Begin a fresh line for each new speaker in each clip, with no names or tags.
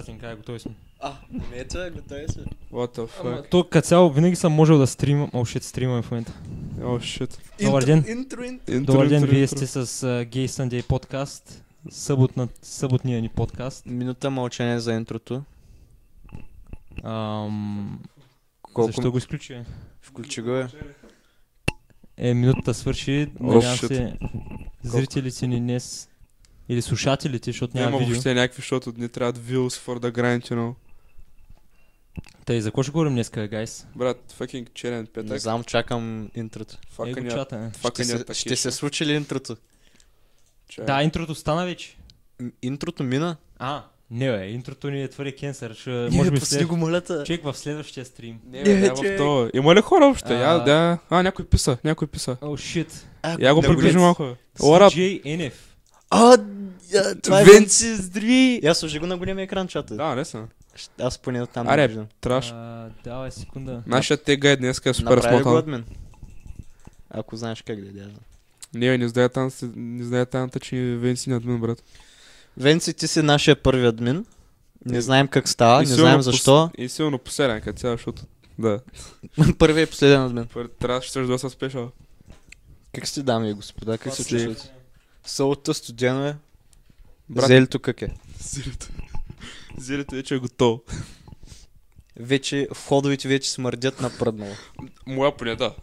100 края, е готови сме.
А, не е че, готови сме.
What the fuck?
Ама, то като цяло винаги съм можел да стримам, о, ще стримаме в момента.
О, Oh, shit.
Добър ден.
Интро, интро.
Интро,
Добър ден,
интро,
вие
интро.
сте с uh, Gay Sunday подкаст, съботна, съботния ни подкаст.
Минута мълчание за интрото.
Ам,
Колко-
Защо го изключи?
Включи го е.
Е, минутата свърши,
О,
надявам
shit.
се зрителите ни днес или слушателите, защото няма
Няма
видео.
въобще някакви, защото не трябват views for the grind, you know.
Тъй, за какво ще говорим днес, гайс?
Брат, fucking черен
Не
петък.
знам, чакам интрото.
Е, го
Факъня,
чата, не?
Ще
факъня
Е, се, ще се случи ли интрото?
Е.
Да, интрото стана вече.
М, Интрото мина?
А, не бе, интрото ни е твърде кенсър, ще,
Е,
може би
пусни
след...
го молята.
Чек в следващия стрим.
Не, бе,
Не,
не,
Е, че-
в то. Има ли хора въобще? Я,
А.
да. А, някой писа, някой писа.
О, шит.
Я го
да го
приближи
гледам.
малко. бе. Ора,
CJ NF.
А, я- това е
Венци,
Венци, здри! Я сложи го на големия екран, чата.
да, лесно.
Щ- Аз поне от там
Аре.
не виждам.
Траш.
А, Давай, секунда.
Нашия тега е днес е супер
Направи го
смотан.
админ. Ако знаеш как да я
Не, бе, не знае там, се- не знае там, че Венси не админ, брат.
Венци, ти си нашия първи админ. Не знаем как става, не
И сигурно
знаем
пос-
защо.
И силно поседен, като цяло, защото... Да.
Първи и последен админ.
Трябваше също доста спешъл.
Как сте, дами и господа? Как се
Класно.
чувствате? Солта студено е.
Брат.
Зелето как е?
Зирето. Зирето вече е готово.
Вече входовете вече смърдят напръднало.
Моя поне да.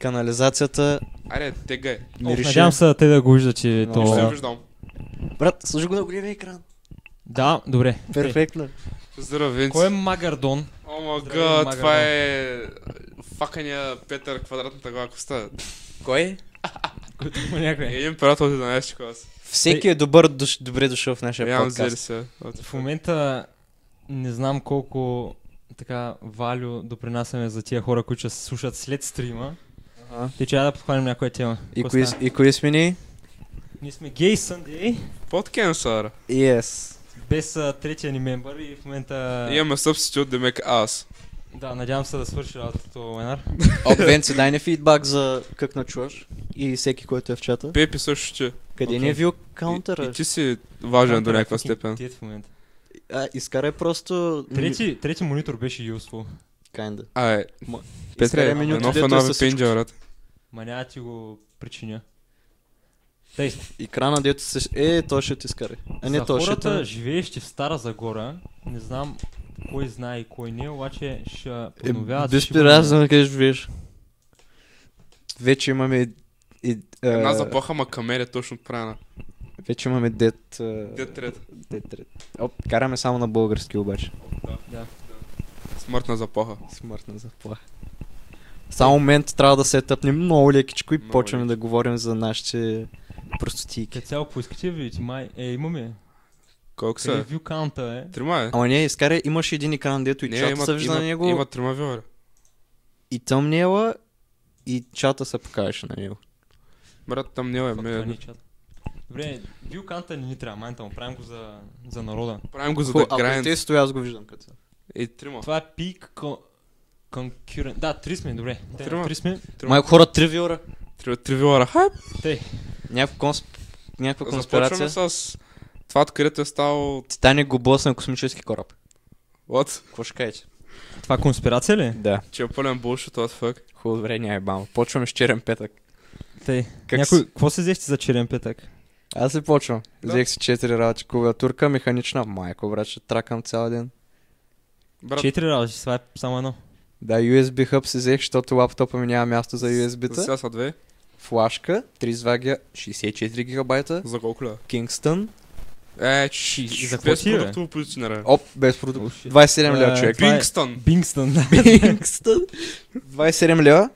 Канализацията
Аре, тега е.
не
Оф,
реши.
Надявам се да те да го виждат, че е
Но-
Не ще
то...
се виждам.
Брат, служи го на големия екран. Е.
Да, добре.
Перфектно.
Здравей.
Кой е Магардон?
О, мага,
Здравей,
това
Магар,
е... Факания Петър квадратната глава коста.
Кой?
Който има някъде.
Един пират от 11 клас.
Всеки е добър, душ, добре дошъл в нашия
Нямам зели
е подкаст.
се.
В момента не знам колко така валю допринасяме за тия хора, които ще се слушат след стрима.
Ага.
Те трябва да подхванем някоя тема.
И
Какво
кои,
стана?
и кои сме ние?
Ние сме Gay Sunday,
Под кенсър.
Yes.
без а, третия ни мембър и в момента...
Имаме субститут, демек аз.
Да, надявам се да свърши работата Ленар.
От Венци, дай ни фидбак за как начуваш. И всеки, който е в чата.
Пепи също ще.
Къде
Окей.
ни е вил
И, и
каунтъра?
ти си важен е до
е
някаква степен.
Тият в момента.
А, изкарай просто...
Трети, трети монитор беше useful.
Kinda.
Ай, Петре,
Изкарай
едно
менюто,
в
дето
една
е
ви
със всичко.
пинджа, брат.
Ма няма ти го причиня. Тъй,
Екрана, дето се... Е, той ще ти изкара. А не
за
той ще
е
хората,
те...
живеещи в Стара Загора, не знам кой знае и кой не, обаче ще
Е,
подновяват.
без
сигурно.
пиразна, къде живееш. Вече имаме... и- И, е,
Една заплаха, ма камеря точно правена.
Вече имаме дет... е,
Де трет.
дет ред. Оп, караме само на български обаче.
Да.
Смъртна заплаха.
Смъртна заплаха. Само момент трябва да се етъпнем много лекичко и
Е. Много
почваме да говорим за нашите простотийки.
Като цяло Е, поискате да видите, май, е, имаме.
Колко са?
Ревю каунта е.
Трима е.
Ама не, изкарай, имаш един екран, дето и
Не,
чата
имат-
се вижда
имат-
на него,
Имат трима виора.
и тъмнела, и чата се покажеш на него.
Брат, там не е.
Фак, това не
ме-
е чат. Добре, вю каунта не ни трябва, майната му, правим го за, за народа.
Правим го за
Хубаво,
да
Ако не
грайн.
те стоя, аз го виждам като.
И трима.
Това е пик конкурент. Да, три сме, добре. Те,
Трима.
Три сме.
Трима.
Майко хора тривиора.
Три, три виора. Хайп!
Те,
Някаква, консп... Някаква
Започваме
конспирация.
с това, откъдето е ставало...
Титаник го блъсна космически кораб.
What?
Какво ще кажете?
това е конспирация ли?
Да.
Че е пълен булшит, what the fuck?
Хубаво време, няма бамо. Почваме с черен петък.
Те,
Как
някой,
с-
какво се взехте за черен петък?
Аз се почвам.
Да.
Взех си 4 работи. Клавиатурка, механична. Майко, брат, ще тракам цял ден.
Брат,
Четири работи, това е само едно.
Да, USB хъб си взех, защото лаптопа ми няма място за
за
USB-та.
сега са две.
Флашка, 32 га, 64 гигабайта.
За колко ля?
Kingston.
Е, чи,
И за какво
без
ти е, бе?
продуктово позициониране.
Оп, без продукт. 27
Е,
лева човек.
това е-
Пингстън!
Бингстън, да.
27 лева.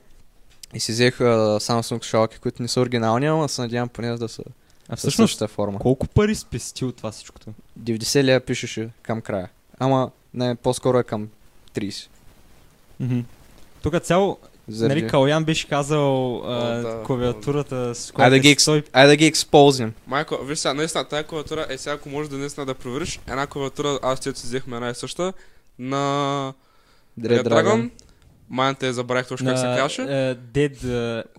И си взех а, Samsung шалки, които не са оригинални, ама се надявам поне да са
А
със
всъщност,
същата форма.
колко пари спести от това всичкото?
90 лева пишеше към края. Ама не, по-скоро е към 30.
Тук цяло,
Заради...
нали, Калян беше казал
О, да.
а, клавиатурата с
Айде да ги
която е
екс-
той
Айде да ги експознем.
Майко, виж сега, наистина, тази клавиатура е сега, ако можеш да наистина да провериш, една клавиатура, аз тето си взехме една и съща, на
Red Dragon.
Майната я забравих точно как се казваше.
е, Дед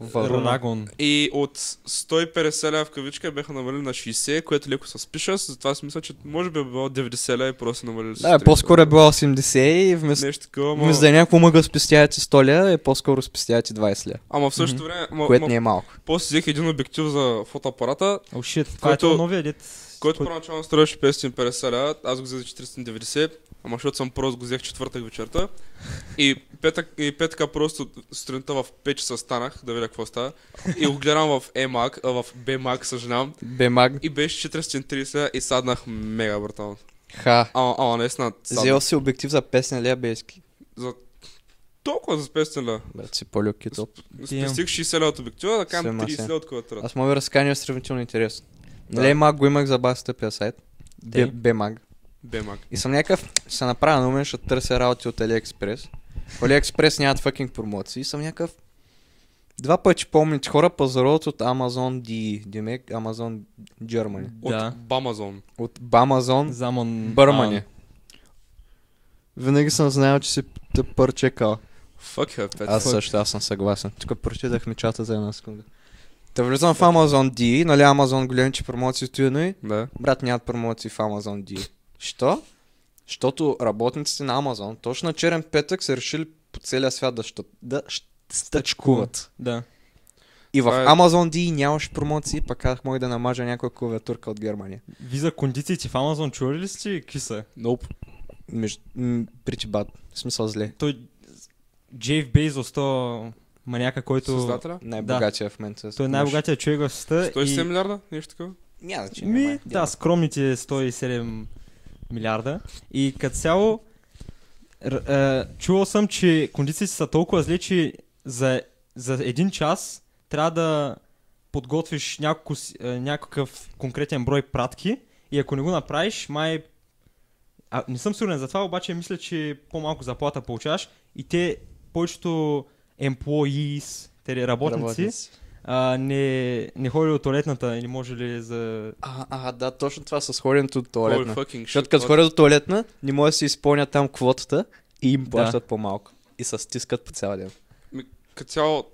Варуна.
Ронагон.
И от 150 ля в кавичка бяха намалили на 60, което леко се спиша, затова си мисля, че може би е било 90 ля и просто са намалили. с
Да,
30
по-скоро е
ля.
било 80 и вместо,
Нещо такова, ама,
вместо да е някакво мъга спестявате 100 ля, е по-скоро спестявате 20 ля,
ама в същото
Мгм.
време, ма,
което
ма,
не е малко.
после взех един обектив за фотоапарата,
О, шит, това е
Който-
то новия дед.
който първоначално струваше 550 ля, аз го взех за 490, ама защото съм прост го взех четвъртък вечерта. И петък, и петъка просто сутринта в 5 часа станах да видя какво става. И го гледам в E-Mac, а, в B-Mac, съжалявам.
Бемаг,
И беше 430 ля и саднах мега, братан.
ха.
Ама, ама наистина, саднах.
Взел си обектив за 5 ля бейски.
За толкова за 500 ля.
Брат си по топ.
Damn.
Спестих 60 ля от обектива, да кажем
Сема
30
се.
ля от квадрата.
Аз мога да разканя сравнително интересно.
Да.
Да. Леймаг го имах за баста пия сайт. Бе-
Тъй.
Бемаг.
Бемак.
И съм някакъв, ще се направя на умен, ще търся работи от AliExpress. В AliExpress нямат fucking промоции. И съм някакъв... Два пъти помня, че хора пазаруват от Amazon D, Демек, Amazon Germany.
Да.
От Бамазон.
От Bamazon
Замон...
Бърмани. Винаги съм знаел, че си пърчекал.
Fuck her, pet.
Аз също, аз съм съгласен. Тук прочитахме чата за една секунда. Та влизам в Amazon D, нали Amazon големче промоции стои, но и
Да.
брат нямат промоции в Amazon D. Що? Защото работниците на Amazon точно на черен петък са решили по целия свят да, щат, да щ- стъчкуват.
Да.
И в
Това е-
Amazon D нямаше промоции, пък аз мога да намажа някоя клавиатурка от Германия.
Ви за кондициите в Амазон чували ли сте какви са?
Nope.
Между... м, Причибат. В смисъл зле.
Той... Джейф Бейзос, то маняка, който...
Създателя?
Най-богатия в момента.
Той е най-богатия човек в света.
107
и-
милиарда? Нещо такова?
Няма значение.
Ми,
май,
да,
няма.
скромните 107 милиарда. И като цяло, р- е, чувал съм, че кондициите са толкова зле, че за, за един час трябва да подготвиш няколко, си- е, някакъв конкретен брой пратки и ако не го направиш, май... А, не съм сигурен за това, обаче мисля, че по-малко заплата получаваш и те, повечето employees, те работници, а, не, не ходи от туалетната или може ли за...
А, а, да, точно това с ходенето до
Holy
туалетна.
fucking shit.
Защото като
what-
ходят до туалетна, не може да си изпълнят там квотата и им
Да.
плащат по-малко. И се стискат по цял ден.
Като цяло...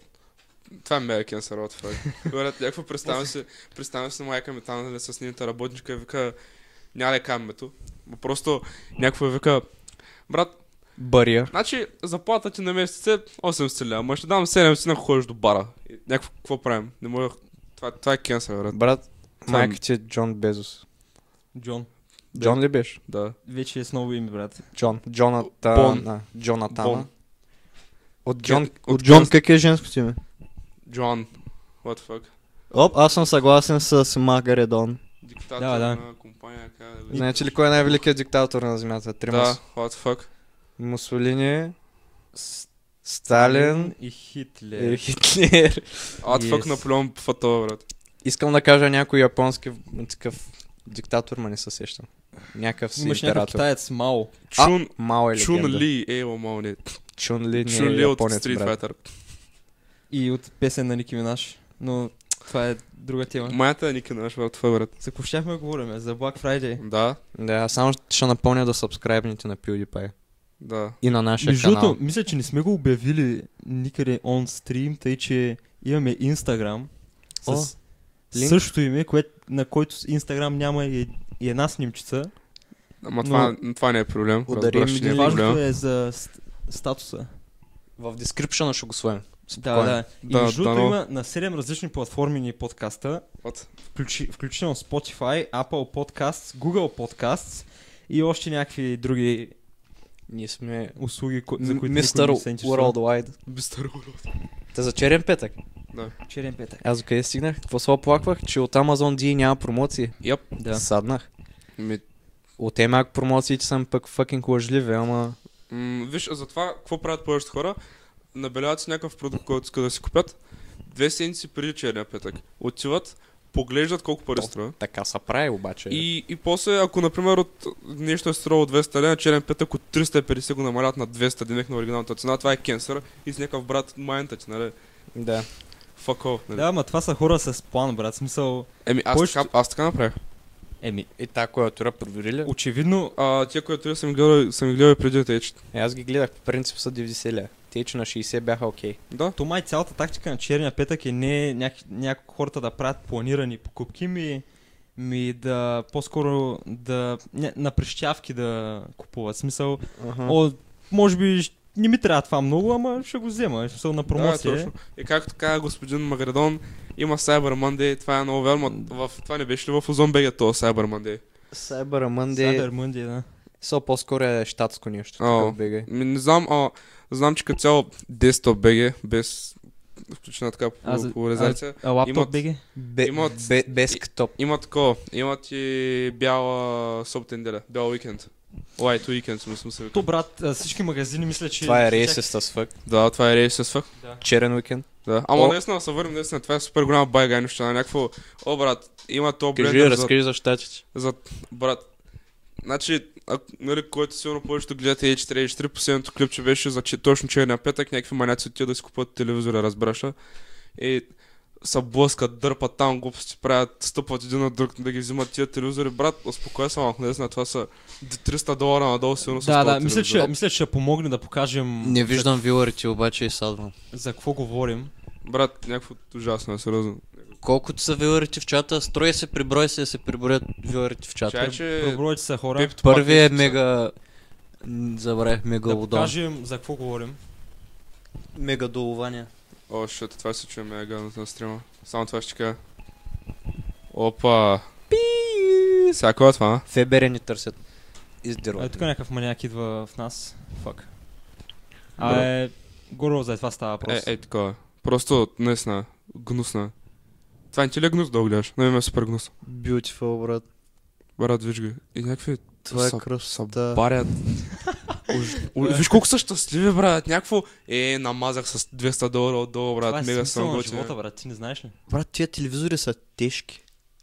Това е мега кенсър, what the fuck. Говорят, някакво представям си, представям си на майка ми там, нали, с нейната работничка и вика... Няма да кажа името. но Просто някакво вика... Брат,
Бария.
Значи, заплата ти на месец е 800 лева, ама ще дам 70 ако ходиш до бара. И Някакво, какво правим? Не мога... Това, това е кенсър, брат.
Брат,
Това е-
майка ти е Джон Безос.
Джон.
Джон ли беше?
Да.
Вече е с ново име, брат.
Джон.
Бон.
Джонатан. а, Джонатана.
Бон.
От Джон.
Кет- от
От Джон
Кет-
как е женското име?
Джоан. What the fuck?
Оп, аз съм съгласен с Магаредон.
Диктатор
Да, да.
на компания, как да го-
Знаете ли кой е най-великият диктатор на земята? Трима.
Да,
са.
what the fuck?
Мусолини, Сталин
И Хитлер.
и Хитлер.
What the fuck
Yes.
Наполеон фатова, брат.
Искам да кажа някой японски в- такъв диктатор, ма не се сещам. Някакъв си
Имаш някакъв
император.
китаец Мао.
А,
Чун...
Мао е
Чун
легенда.
Ли, е, о, мал, не.
Чун Ли, не
Чун
е
Ли от
японец,
Street
брат.
Fighter.
И от песен на Ники Минаш. Но това е друга тема.
Майната е Ники наш, брат, това, брат.
За какво щяхме да говорим? За Black Friday.
Да,
Да, само ще напомня да сабскрайбните на PewDiePie.
да.
И на нашия
Между
канал.
другото, мисля, че не сме го обявили никъде он стрим, тъй че имаме Instagram с
О, линк.
същото име, кое, на който с Instagram няма и, и една снимчица.
Ама това, това не е проблем.
Ударим
разбираш, не е
един
Важното
проблем.
е за ст- статуса.
В description ще го сложим.
Да,
Спокойно.
да. И
Да,
между другото
дано.
има на 7 различни платформи ни подкаста.
What?
включи, включително Spotify, Apple Podcasts, Google Podcasts и още някакви други
Ние сме
услуги, ко- за които
Мистер
никой не се интересува.
Worldwide.
Мистер Урод.
Та за черен петък.
Черен петък.
Аз до къде стигнах? Какво се оплаквах? Че от Amazon D няма промоции.
Йоп.
Да.
Саднах.
Ми,
От Емак промоциите съм пък fucking лъжливи, ама...
М, виж, а затова какво правят повечето хора? Набеляват си някакъв продукт, който искат да си купят. Две седмици преди черния петък. Отиват, поглеждат колко пари
То.
струва.
Така са прави обаче.
И, и после, ако например от нещо е струвало 200 лена, черен петък от 350 го намалят на 200 денег на оригиналната цена, това е кенсър и с някакъв брат майната ти, нали?
Да.
Fuck off, нали?
Да, ма това са хора с план, брат. Смисъл,
Еми, аз,
Повечето-
така, аз така направих.
еми,
И та клавиатура проверили.
очевидно
А, тия, които съм ги гледал, съм ги гледал и преди да течат.
Е, Аз ги гледах, по принцип са 90 ля. Те, че на 60 бяха окей. Okay.
Да.
То май цялата тактика на черния петък е не няк- няк- хората да правят планирани покупки, ми, ми да по-скоро да ня- на прищявки да купуват. В Смисъл,
Uh-huh.
о, може би щ- не ми трябва това много, ама ще го взема. В Смисъл на
Да,
промоция.
точно. И както каза господин Магредон, има Cyber Monday, това е много верно. В... Това не беше ли в Озон БГ, то Cyber Monday?
Cyber Monday,
Cyber Monday, да.
са по-скоро е щатско нещо.
О.
такъв бега.
Ми, не знам, а знам, че като цяло Desktop БГ, без включена така
Аз-
по- поляризация,
А лаптоп
Имат-
беги?
Бе,
Имат-
бе, десктоп.
има такова, имат и бяла собтенделя, бял уикенд. Light Weekend, смисъл се
То
вика.
брат, а, всички магазини мисля, че...
Това е рейсист as fuck.
Да, това е рейс с фак.
Черен уикенд.
Да. Ама
О.
наистина, да се върнем наистина, това е супер голяма байгайнощина. Някакво, о брат, има то
Кажи,
блендър за
разкажи за щатите.
За... Брат, значи, а, нали, което сигурно повечето гледате H3, H3, последното клипче беше за че, точно черния петък, някакви маняци отиват да си купуват телевизора, разбраша. И са блъскат, дърпат там, глупости правят, стъпват един на друг, да ги взимат тия телевизори. Брат, успокой се малко, наистина, това са 300 долара надолу сигурно с е
Да,
този
да, мисля че,
телевизор.
мисля, че ще помогне да покажем
Не виждам виларите, обаче и садвам.
за, за какво говорим.
Брат, някакво ужасно, е, сериозно.
Колкото са виларите в чата, строй се, приброй се, да се приброят виларите в чата.
Чай, че...
Добро, че са хора.
Пип, това
Първият е
пише,
мега... М, Забравих мега
да
лудон.
покажем за какво говорим.
Мега долувания.
О, шът, това се чуем мега гадно на стрима. Само това ще кажа. Опа. Пи! Сега кой е това, а?
Фебере ни търсят.
А,
Издирват.
тук някакъв маняк идва в нас. Фак. А, е, горе за това става
Е,
въпрос.
е, такова. е. Просто наистина, гнусна. Това не ти ли е гнусно да го гледаш? На мен ме е супер гнусно.
Beautiful, брат.
Брат, виж ги. И някакви...
Това е
са-
красота.
Барят. Уж- у- Виж колко са щастливи, брат. Някакво... Е, намазах с 200 долара отдолу,
това е
брат. Мега съм
смисъла на
готин.
живота, брат. Ти не знаеш ли?
Брат, тия телевизори са тежки.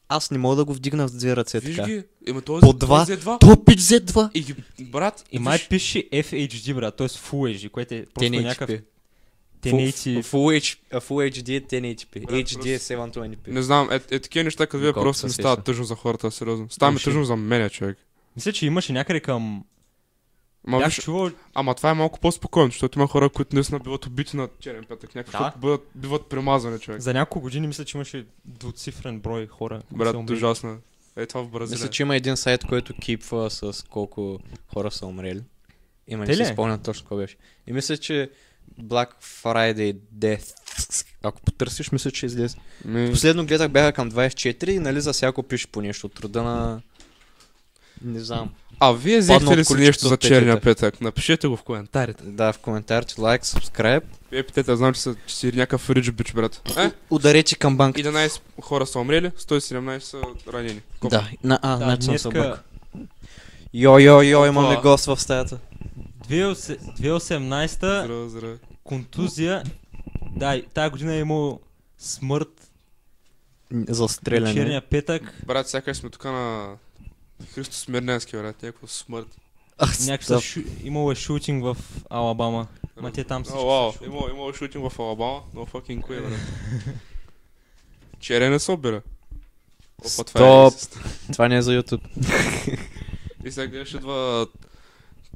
Аз не мога да го вдигна в две ръце
Виж
е така.
ги. Ема този...
По два.
този е два.
То пич Z2!
И ги... Брат,
И май
виж-
пише FHD, брат, т.е. Full HD, което е просто някакъв
1080p.
1080.
Full, H- Full HD е 1080p.
Брат,
HD е 720p.
Не знам, е, е такива неща, като вие
Колко
просто ми
се
става
сеща.
тъжно за хората, сериозно. Става ми
Уши.
тъжно за мене, човек.
Мисля, че имаше някъде към...
Ма,
Бях
виж,
чувал...
ама това е малко по-спокойно, защото има хора, които наистина биват убити на черен петък. Някакви,
Да.
да. биват, биват премазани, човек.
За няколко години мисля, че имаше двуцифрен брой хора. които са
Брат,
умрели.
ужасно. е. Е това в Бразилия.
Мисля, че има един сайт, който кипва с колко хора са умрели. Има
Те
не
ли
се
е?
спомням точно какво беше. И мисля, че Black Friday Death. Ако потърсиш, мисля, че излезе.
Ми...
Последно гледах бяха към 24 и нали за всяко пише по нещо от труда на... Не знам.
А вие взехте
от
ли си
количеството
нещо за
петета.
черния петък? Напишете го в коментарите.
Да, в коментарите, лайк, subscribe.
Епитета, знам, че, са, че си някакъв рич бич, брат. Е,
Ударете към банката.
11 хора са умрели, 117 са ранени. Коп.
Да, на, а,
Да,
значи съм
днеска,
се объркал. Йо, йо, йо,
имаме
имаме гост в стаята.
2018 2018
Здраве, здраве.
контузия. Да, и тая година е имало смърт
За
на
стреляне.
черния петък.
Брат, сякаш сме тук на Христо Смирненски, брат. Някаква смърт.
Някакса шу... имало е шутинг в Алабама. Ма те там
О,
всички
вау,
са шутинг.
има, има шутинг в Алабама, но fucking кой, брат. Черен не се обира. Опа, това е
Стоп. Това не е за YouTube.
И сега гледаш идва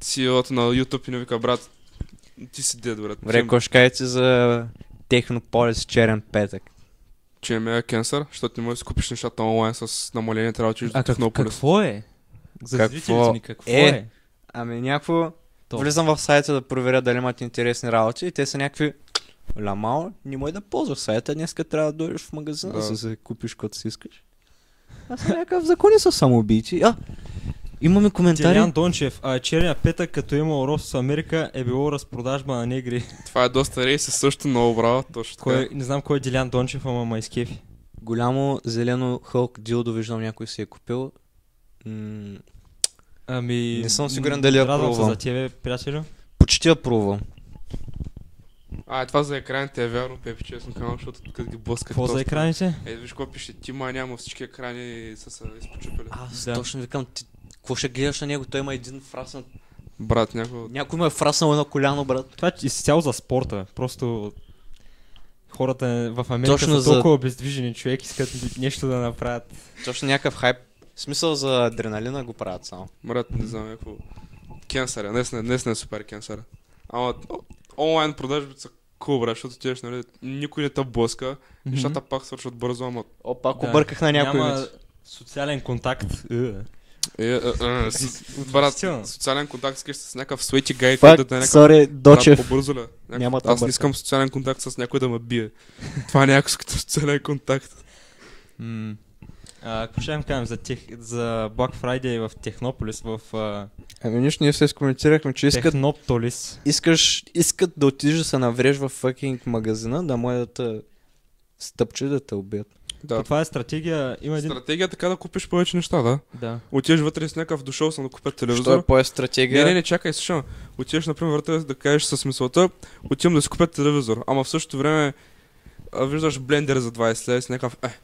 CEO-то на YouTube и не вика, брат, ти си дед, брат.
Вре, какво ще кажете за Технополис Черен петък?
че е мега кенсър, защото не можеш да си купиш нещата онлайн с намаление, трябва да отидеш до
А как,
Технополис.
какво е? За
Какво
зрителите ни какво е?
е? Ами някакво...
То.
Влизам в сайта да проверя дали имат интересни работи и те са някакви... Ламао, не мой да ползваш сайта, днеска трябва да дойдеш в магазина
Да.
да се купиш каквото си искаш. Аз съм някакъв, за кои не са самоубийци? А, имаме коментари.
Делян Дончев, а черния петък, като е имал рост в Америка, е било разпродажба на негри.
Това е доста рейс, също много браво, точно
Кой,
така.
не знам кой е Делян Дончев, ама ма изкефи.
Голямо зелено хълк дилдо, виждам някой си е купил. М-
Ами...
Не съм
м,
сигурен дали я
Радвам се
пробвам.
за тебе, приятелю.
почти я пробвам.
А, е това за екраните е вярно, Пепи, честно казвам, защото като ги блъскат.
Какво за
толкова-
екраните?
Е, виж какво пише, ти май няма всички екрани са се изпочупили.
Аз
Да.
точно викам, ти, какво ще гледаш на него? Той има един фраснат.
Брат, някой...
Някой ме е фраснал едно коляно, брат.
Това е изцяло за спорта. Просто хората в Америка
Точно
са
за-
толкова обездвижени човек, искат нещо да направят.
Точно някакъв хайп. В смисъл за адреналина го правят само.
Брат, не знам, някакво... Кенсър е, днес не, днес не е супер кенсър. Ама, о, онлайн продажбите са cool, брат, защото отиваш, нали, никой не те блъска, нещата пак свършват бързо, ама...
О, пак обърках на някой
Няма
вид.
социален контакт. Е.
Е, е, е, с- Брат,
Отвратително.
социален контакт искаш с някакъв свети гай,
Пак,
който да е някакъв...
сори,
брат,
Дочев.
По-бързо ли? Някакъв-
Няма да
Аз не
объркам.
искам социален контакт с някой да ме бие. Това е някакъв като социален контакт.
М. А, какво ще им кажем за, тех, за Black Friday в Технополис, в а,
Ами нищо, ние се скоментирахме, че искат,
Технополис?
искаш, искат да отидеш да се наврежь в fucking магазина, да може да те стъпче да те убият.
Да.
Това е стратегия. Има един...
Стратегия е така да купиш повече неща, да.
Да.
Отиваш вътре с някакъв дошъл съм да купя
Що е
телевизор.
по стратегия?
Не, не, не, чакай, слушам. Отиваш, например, вътре да кажеш с мисълта, отивам да си купя телевизор. Ама в същото време а, виждаш блендер за 20 лева и си някакъв, е,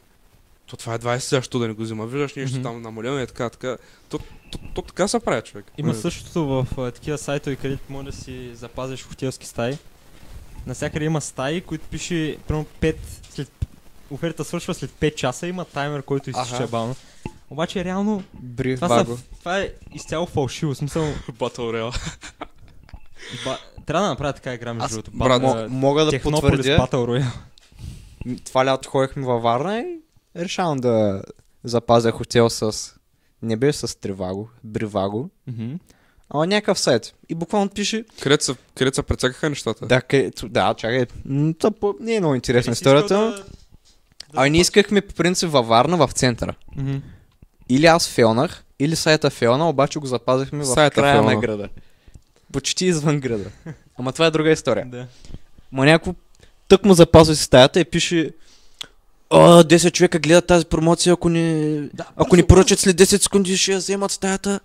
то това е 20 лева, що да не го взима. Виждаш нещо
Мгм.
там намалено и така, така. То, то, то, така се прави човек. Е.
Има
М.
същото в а, такива сайтове, където може да си запазиш хотелски стаи. Насякъде има стаи, които пише, примерно 5, след... оферта свършва след 5 часа, има таймер, който изтича
Аха.
бавно. Обаче реално
Бри,
това, са,
Ваго.
това е изцяло фалшиво, в смисъл
Батъл Реал.
ба... трябва да направя така игра между
Аз-
другото.
брат,
Ба-
Мо-
а,
мога да
Технополис
потвърдя.
Battle Royale.
М, Това лято ходихме във Варна и решавам да запазя хотел с... Не беше с Триваго, Бриваго,
Мгм.
ама някакъв сайт. И буквално пише...
Където се, където се прецакаха нещата.
Да, където... да чакай. м, Та, по... Не е много интересна
Бих искал
историята.
да-
Да...
да
А ние
запазя-
искахме по принцип във Варна, в центъра.
Мгм.
Или аз фелнах, или сайта фелна, обаче го запазихме в
Сайта
края
фелна.
на града. Почти извън града. Ама това е друга история.
Да.
Ма някакво тък му запазва си стаята и пише а, 10 човека гледат тази промоция, ако не...
Да,
Ако ни поръчат след 10 секунди, ще я вземат стаята.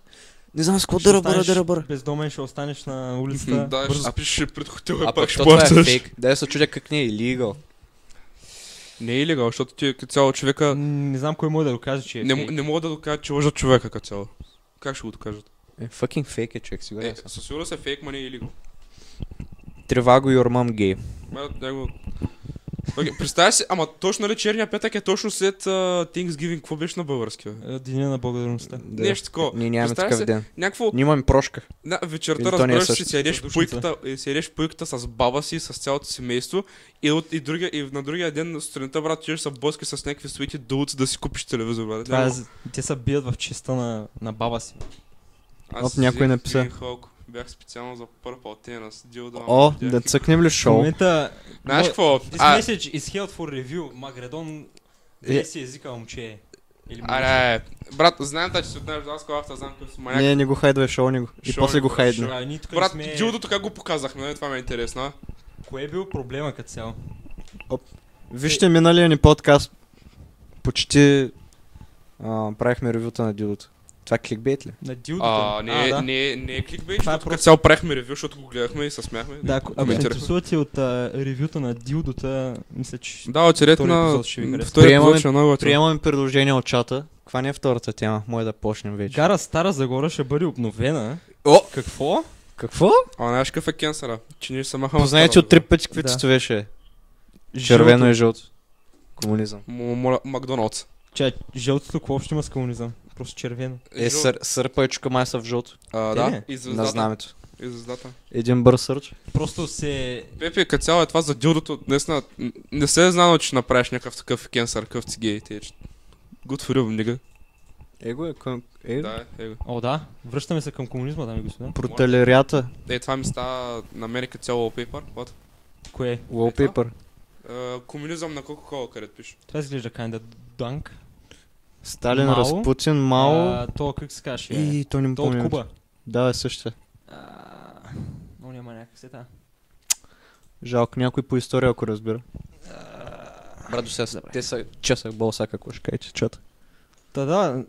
Не знам с какво да ръбъра, да ръбъра.
Бездомен ще останеш на улицата.
Да,
е бързо.
ще пишеш пред хотела и
А
пак
пък
ще
то това е
плащаш.
фейк. Да, се чудя как не е illegal.
Не е легал, защото ти като цяло човека...
М, Не знам кой може да докаже, че е
Не,
фейк.
м- не мога да докажа, че лъжат човека като цяло. Как ще го докажат?
Е, fucking фейк е човек, сигурен
Е,
съм.
със сигурност е фейк, ма не е легал.
Треваго your mom gay.
Мадат него... Окей, представя си, ама точно нали черния петък е точно след uh, Thanksgiving, какво беше на български? бе?
Е, Деня на благодарността.
Да.
Нещо такова.
Ние нямаме
Представя
такъв
се-
ден.
Някакво
Ние имаме прошка.
на,
Или
вечерта
то не е
разбираш, че
същото.
си ядеш
Задушница.
пуйката, е, си ядеш пуйката с баба си, с цялото семейство и, от, и, другия, и на другия ден сутринта, брат, отиваш са боски с някакви суити дулци да си купиш телевизор, брат.
Това е,
Няма-
за- те са бият в честа на, на баба си.
Аз
Оп, някой
взех
написа.
един Халк. Бях специално за Purple Tennis, дил да...
О, да цъкнем ли
В
шоу?
момента...
Знаеш
Мой-
какво?
This
А,
message is held for review. Магредон...
Е.
Е... си езика, момче. Или момиче.
Аре, е, брат, знаем та, че си отнеш до аз колавта, знам какъв си маняк.
Не, не го хайдвай, шоу не го. И
Шоу
после
не
го
го,
хайдна.
шоу.
А, ние тук не
Брат,
сме...
дилдото как го показахме, нали? това ме е интересно. а?
Кое е бил проблема като цяло?
Вижте миналия ни подкаст. Почти а, правихме ревюта на дилото. Това кликбейт ли?
На дилдото?
А, не, е-
да.
не, е- не е кликбейт,
Това е
защото като
просто-
цяло правихме ревю, защото го гледахме и се смяхме.
Да, ако, ако се
Коментирахме.
интересувате от а, ревюта на дилдота, мисля, че...
Да, отидете
Втори
на
епизод ще ви хареса.
втори
Приемаме-
епизод, ще е много готино.
Приемаме предложение от чата. Каква ни е втората тема? Може да почнем вече.
Гара Стара Загора ще бъде обновена.
О!
Какво?
Какво?
А, знаеш какъв е кенсъра? Че ние ще се махаме.
Познайте
с
от три пъти какви
Да.
цветове ще е.
е.
Червено и жълто. Комунизъм.
М- Моля, Макдоналдс.
Че, жълтото какво общо има с комунизъм? Просто червено.
Е,
Жъл-
сър, сърпа и чука май са в жълто.
А,
Те ли
да,
е?
и
На
звездата.
знамето.
И звездата.
Един бърз сърч.
Просто се...
Пепи, като цяло е това за дюрото. Днес на... н- не се е знало, че ще направиш някакъв такъв кенсър, къв си гей. Те, че... Good for you, нига.
Его е към... Е,
Да, е, е. го.
О, да. Връщаме се към комунизма, дами и господа.
Проталерията.
Е, това ми става на Америка цяло wallpaper. What?
Кое е?
Wallpaper.
Е, комунизъм на Coca-Cola, където пише.
Това изглежда kinda данк.
Сталин,
Мао.
Распутин, Мао.
А, то как се каже? И...
И то не му
То от
помня.
Куба.
Да, е същия.
А, Но няма някак се та.
Жалко, някой по история, ако разбира. Брат, до сега са- те са чесък болса, какво ще кажете, чата.
Та да,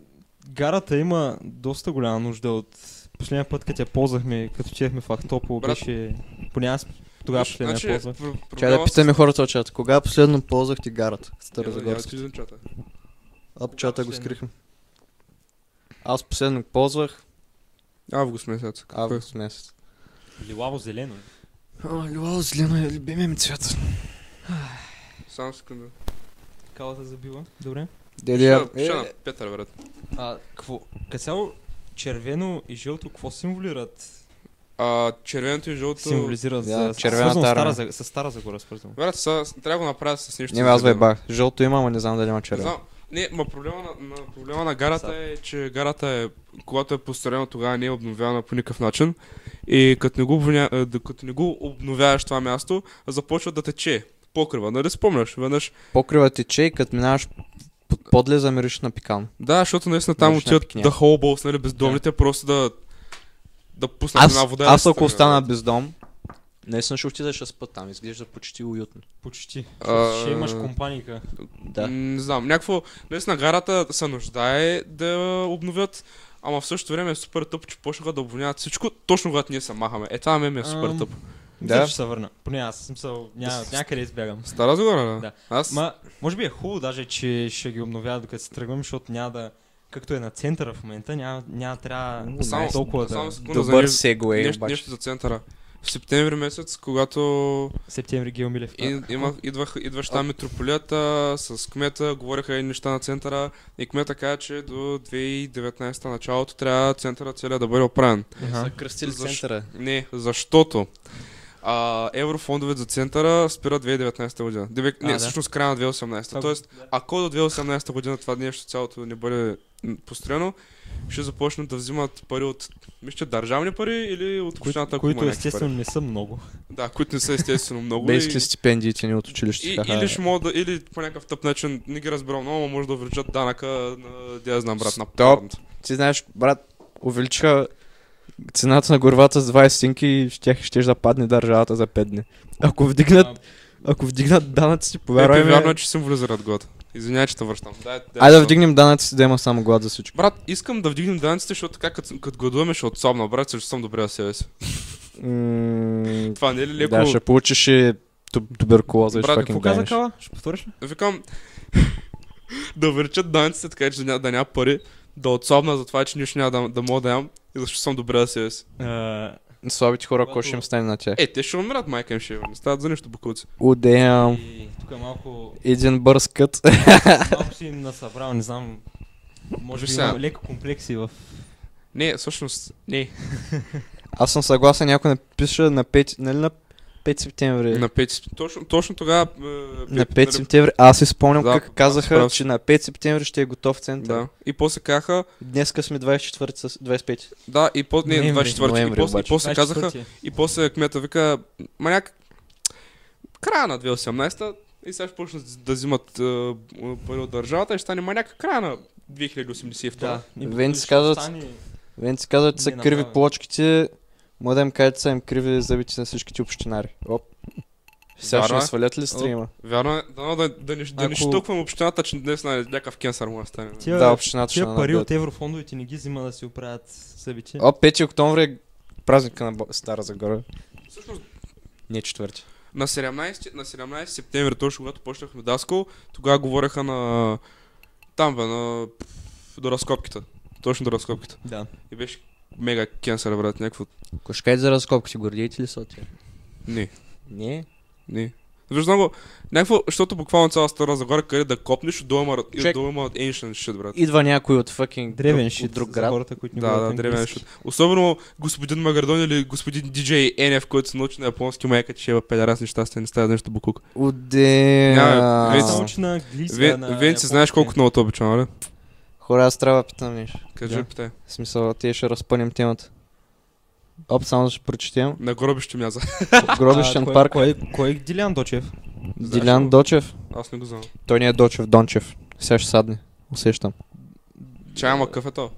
гарата има доста голяма нужда от последния път, като я ползвахме, като отидахме в Ахтопол,
Брат.
беше... Поне аз тогава
Виж, значи,
последния
значи
я ползвах.
пр-
Чай да
проблема с-
питаме хората от чата. Кога последно ползвахте гарата?
Я- я
Старозагорски.
отивам чата.
Ап, чата го
последно?
скрихме. Аз последно ползвах
Август месец. Какво е?
август месец.
Лилаво зелено. е.
О, люлао, зелено е любимия ми цвят.
Само секунда.
Калата забива. Добре.
Дели
Пиша
я...
пиша на Петър, брат.
А, какво? Като цяло, червено и жълто, какво символират?
А, червеното и жълто...
Символизира за...
Да,
с-
червената
свързано с Стара
армия.
Заг- с Стара Загора, свързано.
Брат, сега с- трябва да го направя с нещо.
Не, бе, аз бе
забавно.
бах. Жълто има, но не знам дали има
Не
червено.
знам. Не, ма проблема на, на, проблема на гарата е, че гарата е, когато е построена, тогава не е обновявана по никакъв начин. И като не го, обвиня, е, да- като не го обновяваш това място, започва да тече покрива. Нали спомняш? Веднъж.
Покрива тече и като минаваш под подлеза мириш на пикан.
Да, защото наистина там
Мръсна
отиват
пикня.
да холболс, нали, бездомните, просто да, да пуснат
Аз,
е една вода. и да
аз
се
ако
тръгне.
остана без дом, наистина ще отида ще спът там. Изглежда почти уютно.
Почти.
А,
Ще имаш компаника.
Да.
М, Не знам, някакво... Наистина гарата се нуждае да обновят, ама в същото време е супер тъп, че почнаха да обвиняват всичко, точно когато ние се махаме. Е, това ме ми е супер
Ам,
тъп.
Да.
Да.
ще се върна. Поне аз съм се... Ня... от Някъде избягам.
Стара Загора, да?
Да.
Аз...
Ма, може би е хубаво даже, че ще ги обновяват докато се тръгвам, защото няма да... Както е на центъра в момента, няма, няма трябва
Много
Само-
е толкова
Само
да...
секунда за
Добър
нещо,
сегуей
нещо,
обаче.
нещо за центъра. В септември месец, когато
Септември Гео Милев. да.
и, имах, идвах, идваш там метрополията с кмета, говориха и неща на центъра и кмета каза, че до 2019 началото трябва центъра целият да бъде оправен.
Аха.
кръстили
Защо- Не, защото а, еврофондове за центъра спира 2019 година. Дебек, не,
А, да.
всъщност края на 2018.
Това-
Тоест, ако до 2018 година това нещо цялото не бъде м, построено, ще започнат да взимат пари от, мисля, че държавни пари или от
Кои-
общината, ако
които
има някакви
естествено не са много.
пари. Да, които не са естествено много.
Бейскли стипендиите ни от
и,
училище.
и,
ха-ха.
или ще могат да, или по някакъв тъп начин, не ги разбирам много, но може да увеличат данъка на, да я знам, брат, на
Стоп.
парното.
Ти знаеш, брат, увеличиха цената на горивата с 20 стинки и ще, ще да падне държавата за 5 дни. Ако вдигнат, ако вдигнат данъци, повярвай
Е, вярно е,
ми,
че символизират год. Извинявай, че те връщам. Дай, дай,
айде да вдигнем данъци, да има само глад за всичко.
Брат, искам да вдигнем данците, защото така като, като гладуваме ще отслабна, брат, също съм добре за себе си.
М,
Това не е ли леко?
Да, ще получиш и туб- туберкулоза и ще
Брат,
fucking
Какво каза
гайнеш.
Кала? Ще повториш ли?
Викам, да увеличат данците, така че да, ня- да няма пари, да отслабна за това, че нищо няма да, да мога да ям и защото съм добре за себе си.
А,
Слабите хора,
Когато-
какво ще им стане на тях?
Е, те ще умрат, майка им ще има. Не стават за нищо букуци.
Удеям.
И тук е малко,
Един бърз кът.
малко си насъбрал, не знам. Може би
Сега.
има леко комплекси в...
Не, всъщност, не.
Аз съм съгласен, някой напише на 5, нали на 5 септември?
На 5, точно, точно тогава... е,
Е. На
нали,
5 септември, аз си спомням
Да,
как казаха,
прав си.
че на 5 септември ще е готов център.
нали? Да. И после казаха,
Днеска сме 24 с 25.
да, и после, не,
Ноември.
24 и
Ноември
после, и
обаче.
после казаха,
24.
И после кмета вика, маняк, края на 2018 и сега ще почнат да взимат е, пари от държавата и ще стане маняк края на 2082.
Да. И
Венци
ще
казват-
остане-
Венци каза, че са
Не,
криви
направо.
плочките, му да им кажа, че са им криви зъбите на всичките общинари. Оп. Сега ще
Вярно
ни
е.
свалят ли стрима?
Вярно е, да, да, да, не, да не
Ако-
щуквам общината, че днес на някакъв кенсър му да стане. нали?
Тия,
Да,
Значи
общината ще
тия пари
нададат.
от еврофондовете не ги взима да си оправят събите.
О, 5 октомври е празника на Бо- Стара Загора.
Всъщност,
Не четвърти.
на 17, на 17 септември, точно когато почнахме Даско, тогава говореха на... Там бе, на... До разкопките. Точно до разкопките.
Да.
И беше мега кенсър, брат, някакво...
Кошкай за разкопките, гордеете ли са от тях?
Не.
Не.
Не. Виждам го. Някакво, защото буквално цяла Стара Загора, къде да копнеш, долу има,
Човек-
долу има ancient shit, брат.
Идва някой от fucking
Древен
друг,
шит
от друг
за
град.
хората, които не
Да, да,
говорят
древен
английски.
shit. Особено господин Магардон или господин диджей NF, който се научи на японски майка, че е педерас нещастен, не става нещо букук.
Уде.
Няма,
Той
А.
се научи на английски. а на
Вен,
японски.
си знаеш колко много те обичам, нали?
Хора, аз трябва да питам нещо.
Кажи,
Да.
питай.
В смисъл, те ще разпънем темата. Оп, само ще прочетем.
На гробище мяза.
Гробищен
А, кой-
парк.
Кой, кой е Дилян Дочев?
Знаеш ли
Дилян
го?
Дочев.
Аз не го знам.
Той не е Дочев, Дончев. Сега ще садне. Усещам.
Чай, ама какъв е то?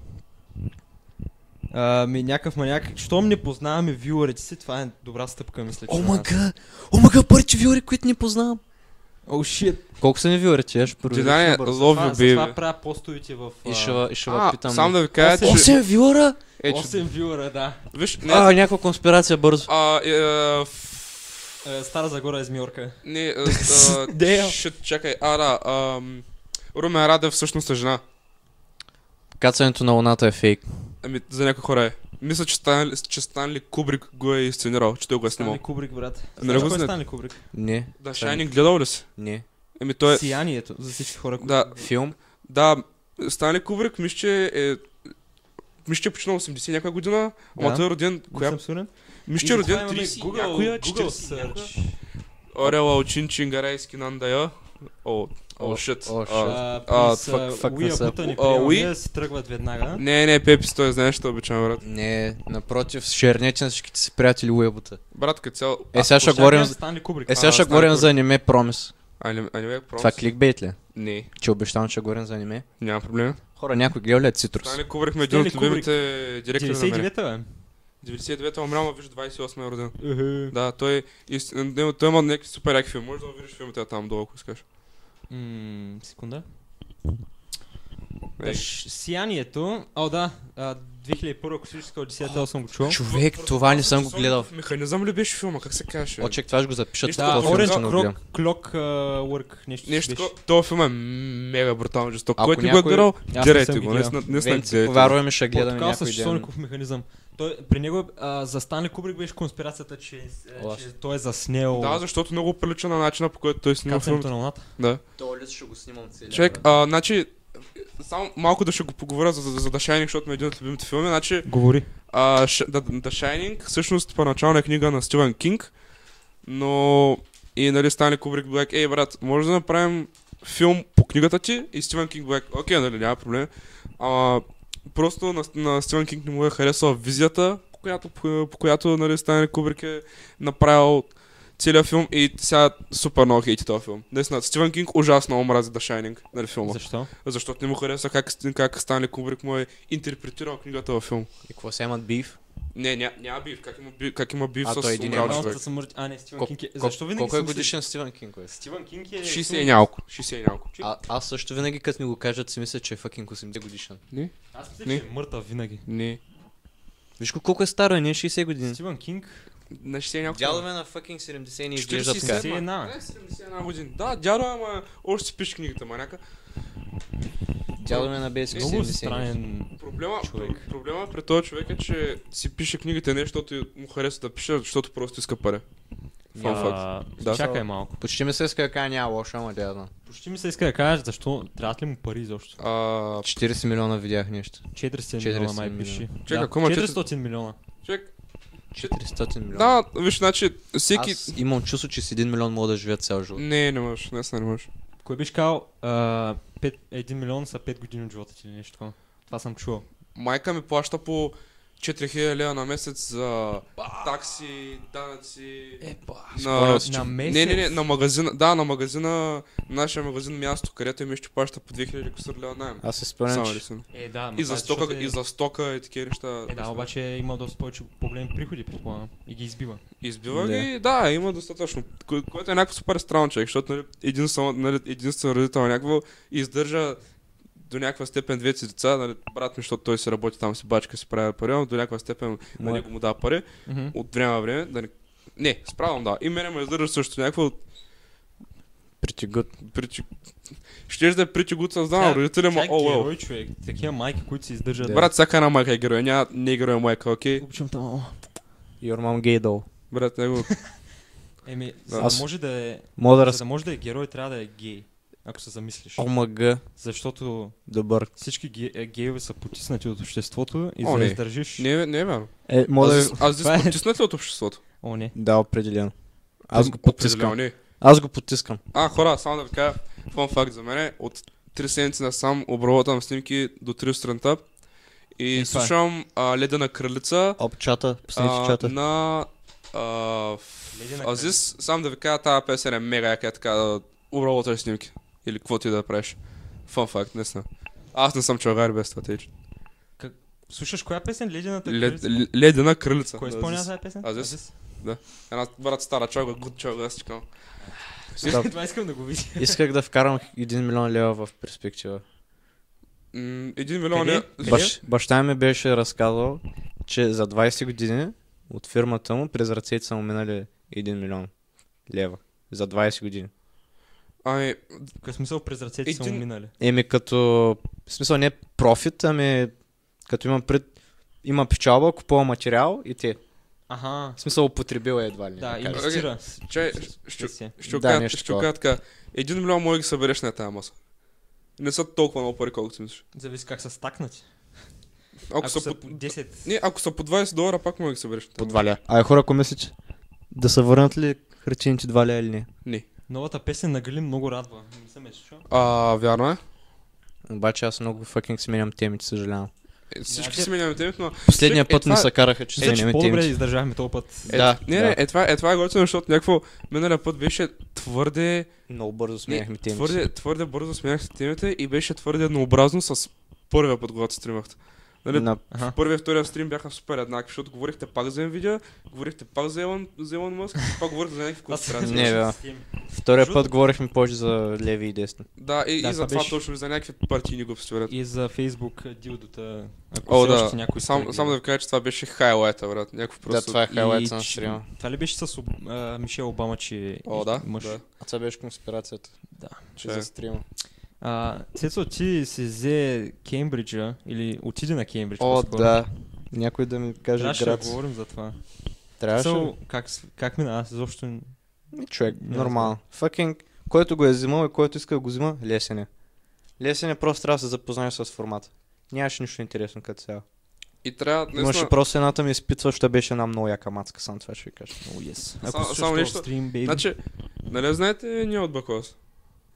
А, ми някакъв маняк. Щом не познаваме вюарите си, това е добра стъпка, мисля. че е. за нас.
Омага! Омага, парче вюри, които не познавам.
О, шит.
Колко са ми вюрите? Я ще проверя.
Дилян е
Това,
лови
за това
бебе.
правя постовите в...
И ще ва- и ще ва
А,
питам.
сам да ви кажа, че...
8 вюра?
Е, че...
8 вюара, да.
Виж, не...
А, някаква конспирация бързо.
А, е, е, ф-
Е, Стара Загора е змиорка.
Не, а, а,
Damn.
shit, чакай, а, да, ам, Румен Радев всъщност е жена.
Кацането на луната е фейк.
Ами, за някои хора е. Мисля, че Станли, че Станли Кубрик го е изценирал, че той го е снимал.
Стани Кубрик, брат.
Нали
Знаеш
го
кой е
знаете?
Стани Кубрик?
Не,
Да,
Станли.
Шайнинг гледал ли си?
не.
Еми, той е...
Сиянието за всички хора, които...
Да,
Филм?
да, Станли Кубрик, мисля, че е мисля, че е починал 80 някоя година, ама
Да.
той е роден,
Коя?
коя?
съм сигурен.
Мисля,
И
че е
затова
роден
имаме
30
Google-
някоя,
Google
40 някоя. Орел Алчин Чингарайски Нандая. О, о, шит.
о, shit.
А,
А,
А,
плюс,
fuck,
а,
fuck
Уия
не са.
Бутани,
А,
приема,
Уи? Ами,
ние си тръгват веднага.
Не, не, Пепи, той знаеш, той обичам, брат.
Не, напротив, шернете на всичките си приятели уебата.
Брат, като цяло...
Е, сега ще
Щях
говорим,
да
за-
Станли Кубрик.
е, сега
А,
ще
стана
говорим
кур-
за аниме Промис.
Аниме, аниме, промис.
Това кликбейт ли? е?
Не,
Че обещавам, че говорим за аниме.
няма проблем.
Хора, някой гледа ли е Цитрус?
Стани Кубрик ме един от
Стенли Кубрик.
любимите директори на мен.
99-та,
99-та, ама няма виж 28 е роден.
бе. Уху.
Да, той, ист- не, той има някакви супер яки филми. Може да му видиш филмите там долу, ако искаш.
М, Секунда.
Е,
Тъж, сиянието. О, да. а, 2001 космическа одисия, това съм го
е?
чувал.
Човек, това не съм го гледал.
Механизъм ли беше филма? Как се казваше?
Очек, това ще го запишат.
Нищо
Да,
такова
Оранж
Orange
Orange съм го
Clock, Clock а, Work, нещо си
Нещо
беше.
такова. Този филм е мега брутално жесток.
Ако
Който не го е
някой-
гледал,
не съм
дирайте
ги
го.
гледал.
Не сна- не
Венци,
снадейте.
повярваме, ще гледаме
Портокал с
някой ден.
Соников механизъм. Той, при него е, а, за Станли Кубрик беше конспирацията, че, е,
О,
че той е заснел
Да, защото много прилича на начина по който той снима
кацането
филмите.
на луната.
Да.
То лес ще го снимам целия.
Човек, а, значи, само малко да ще го поговоря за, за, за The Shining, защото ми е един от любимите филми. Значи,
Говори.
а, Ш- The, The Shining всъщност първоначална е книга на Стивен Кинг, но и нали Стани Кубрик бил like, ей брат, може да направим филм по книгата ти и Стивен Кинг бил like, окей, нали, няма проблем. А, просто на, на Стивен Кинг не му е харесала визията, по която, по, по която нали, Стани Кубрик е направил целият филм и сега супер много хейти този филм. Наистина, Стивен Кинг ужасно омрази The Shining, нали, филма.
Защо?
Защото не му хареса как, как Станли Кубрик му е интерпретирал книгата във филм.
И какво се имат биф?
Не, ня, няма бив. Как има, бив, как има бив
А,
с
той е един
умрял
е малък.
човек?
Малката самърт... А, не, Стивен
Кол-
Кинг е...
кол-
Защо винаги
Колко е
съм си-
годишен Стивен Кинг? бе?
Стивен Кинг е...
60 и няколко. 60 и няколко.
А, аз също винаги, като ми го кажат, си мисля, че е fucking 80 годишен.
Аз мисля,
Не.
че е мъртъв винаги.
Не.
Виж го колко е стар, а не е 60 години.
Стивен Кинг
На 60 и няколко.
Дядове на fucking 70 ни изглежда
47.
така.
си е една. бе.
Не, 71 година. Да, дядо, ама още си пише книгата, маняка.
Дядове на бе е
Много
70
странен...
Проблема,
Човек.
пр- проблема при този човек е, че си пише книгите не защото му харесва да пише, а защото просто иска пари. Фан факт.
А,
Да.
Чакай малко.
Почти ми се иска да кажа няма лошо, ама дядо.
Почти ми се иска да кажеш, защо трябват ли му пари изобщо?
А,
40 милиона видях нещо.
400
400
милиона май
милиона.
пиши.
Чакай,
Да,
ако има
400 милиона.
човек,
400 милиона.
да, виж, значи, всеки...
Аз имам чувство, че с 1 милион мога да живеят цял живот.
Не, не можеш, не, не можеш.
Кой беше казал, а, пет- 1 милион са 5 години от живота ти или нещо такова? Това съм чувал.
майка ми плаща по 4000 лева на месец за такси, данъци.
Е,
на...
спомням си,
На месец?
Не, не, не, на магазина, да, на магазина, нашия магазин място, където им ще плаща по 2000 кусър лева найем.
Аз се
Само
спомням, че
рисувам.
Е, да, ма
И за
това е,
стока,
защото е-
и за стока и такива неща.
Е, да, обаче има доста повече по-големи приходи, предполагам. И ги избива.
Избива
Да.
ги, да, има достатъчно. Кое, което е някакво супер странно човек, защото нали, един само, нали, единствен родител някакво издържа до някаква степен двете си деца, нали, брат ми, защото той си работи там, си бачка, си прави пари, но до някаква степен на
Мое-
него му дава пари. от време на време да не... Не, справям, да. И мене ме издържа също някакво...
Pretty good.
Причи... Щеш да е причи гуд създавам
Тя-
родителя, ма
Тя е
о, о,
герой, човек. Такива майки, които се издържат.
Да.
Брат, всяка една майка е герой, няма не е герой майка, окей?
Обичам те мама.
Your mom gay though.
Брат, него...
Еми, за да
Аз-
може да е...
Мога да
За
раз...
да може да е герой, трябва да е гей. Ако се замислиш.
Омага,
Защото
добър.
всички ге- е, гейове са потиснати от обществото и
О,
за да
не.
издържиш...
Не, е- не е вярно.
Е, мога да...
Аз, аз
Това е-
дис- потиснат ли от обществото?
О, не.
Да, определено. Аз го
Определено
потискам.
не.
Аз го потискам.
А, хора, само да ви кажа, фан факт за мен, от 3 седмици насам обработвам снимки до 3 сутринта и
И това е.
слушам а, Ледена кралица
Опчата,
а,
пуснете чата.
на а,
Ледена
Азис, сам да ви кажа, тази песен е мега яка, е така да уработаш снимки. Или какво ти да правиш. Фан факт, не съм. Аз не съм чалгар без това теч.
Слушаш коя песен? Ледената
Лед,
кралица?
л- ледена кралица.
Кой
на
изпълнява
Азис.
тази песен?
Азис. Една брат стара чалга, гуд чалга, аз чекам.
Стоп.
Това искам да го видя.
Исках да вкарам 1 милион лева в перспектива.
М, Един милион
Къде?
е...
Къде?
Баш, баща ми беше разказал, че за 20 години от фирмата му през ръцете са му минали 1 милион лева. За 20 години.
Ами,
Какъв смисъл през ръцете са му
Един-
минали?
Еми като... В смисъл не профит, ами като имам пред... Има печалба, купува материал и те.
Аха.
В смисъл употребил е едва ли. не,
Да,
кажа.
инвестира.
чай, ще-
Ще...
ще
Да,
кажа
нещо
ще
такова.
кажа така. Един милион може да ги събереш на тази маса. Не са толкова много пари, колкото си мислиш.
Зависи как са стакнати.
Ако,
Ако
са,
са
по...
10...
Не, ако са по 20 долара, пак мога да ги събереш.
Подваля. А е, хора, ако мислите, да са върнат ли хартиените два лея или не?
Не.
Новата песен на Галим много радва. Не съм я слушал.
А, вярно е.
Обаче аз много фъкинг сменям темите, съжалявам.
Е, Всички
Значи-
си меняме темите, но...
Последния
Е,
път
това
не
е-
се караха, че
Значи
сменяме
по-добре
темите.
издържаваме този път.
Е,
Да,
не,
да.
не, е, това, е, това е готино, защото някакво миналия път беше твърде,
Много бързо сменяхме темите.
твърде, твърде бързо сменяхте темите и беше твърде еднообразно с първия път, когато стримахте. Нали,
На...
Аха.
Първия и втория стрим бяха супер еднакви, защото говорихте пак за Nvidia, говорихте пак за Elon, за Elon Musk, и пак говорихте за някакви конспирации.
Не, бе. Втория път говорихме повече за леви и десни.
Да, и,
Да,
и за
това
това
беше-
точно, за някакви партийни глупости. вероятно.
И за Facebook дилдота. Ако
О,
все
да.
още някой
Сам,
сте
сам да
гледали.
ви кажа, че това беше хайлайта, брат. Някакво
Да,
просто...
това е хайлайт
И
на
че-
стрима.
Това ли беше с Об- а, Мишел Обама, че е
О, да.
мъж?
да.
А това беше конспирацията.
Да.
Че
Да.
за стрима.
А, Цецо, ти си взе Кембриджа или отиде на Кембридж.
О,
по-скоро.
да. Някой да ми каже
Трябваше да
град.
говорим за това.
Трябваше ли?
Цел, как, с- как мина? Аз изобщо...
Ми, човек,
Не
нормално. Факинг, който го е взимал и който иска да го взима, лесен е. Лесен е, просто трябва да се запознаеш с формата. Нямаше нищо интересно като цяло.
И трябва... наистина-
Имаше просто едната ми изпитваща, беше една много яка мацка, само това ще ви кажа.
Oh, yes.
Само-
Ако
само
слушаш този
нещо.
стрим, бейби.
Значи, нали знаете ние от Бакос?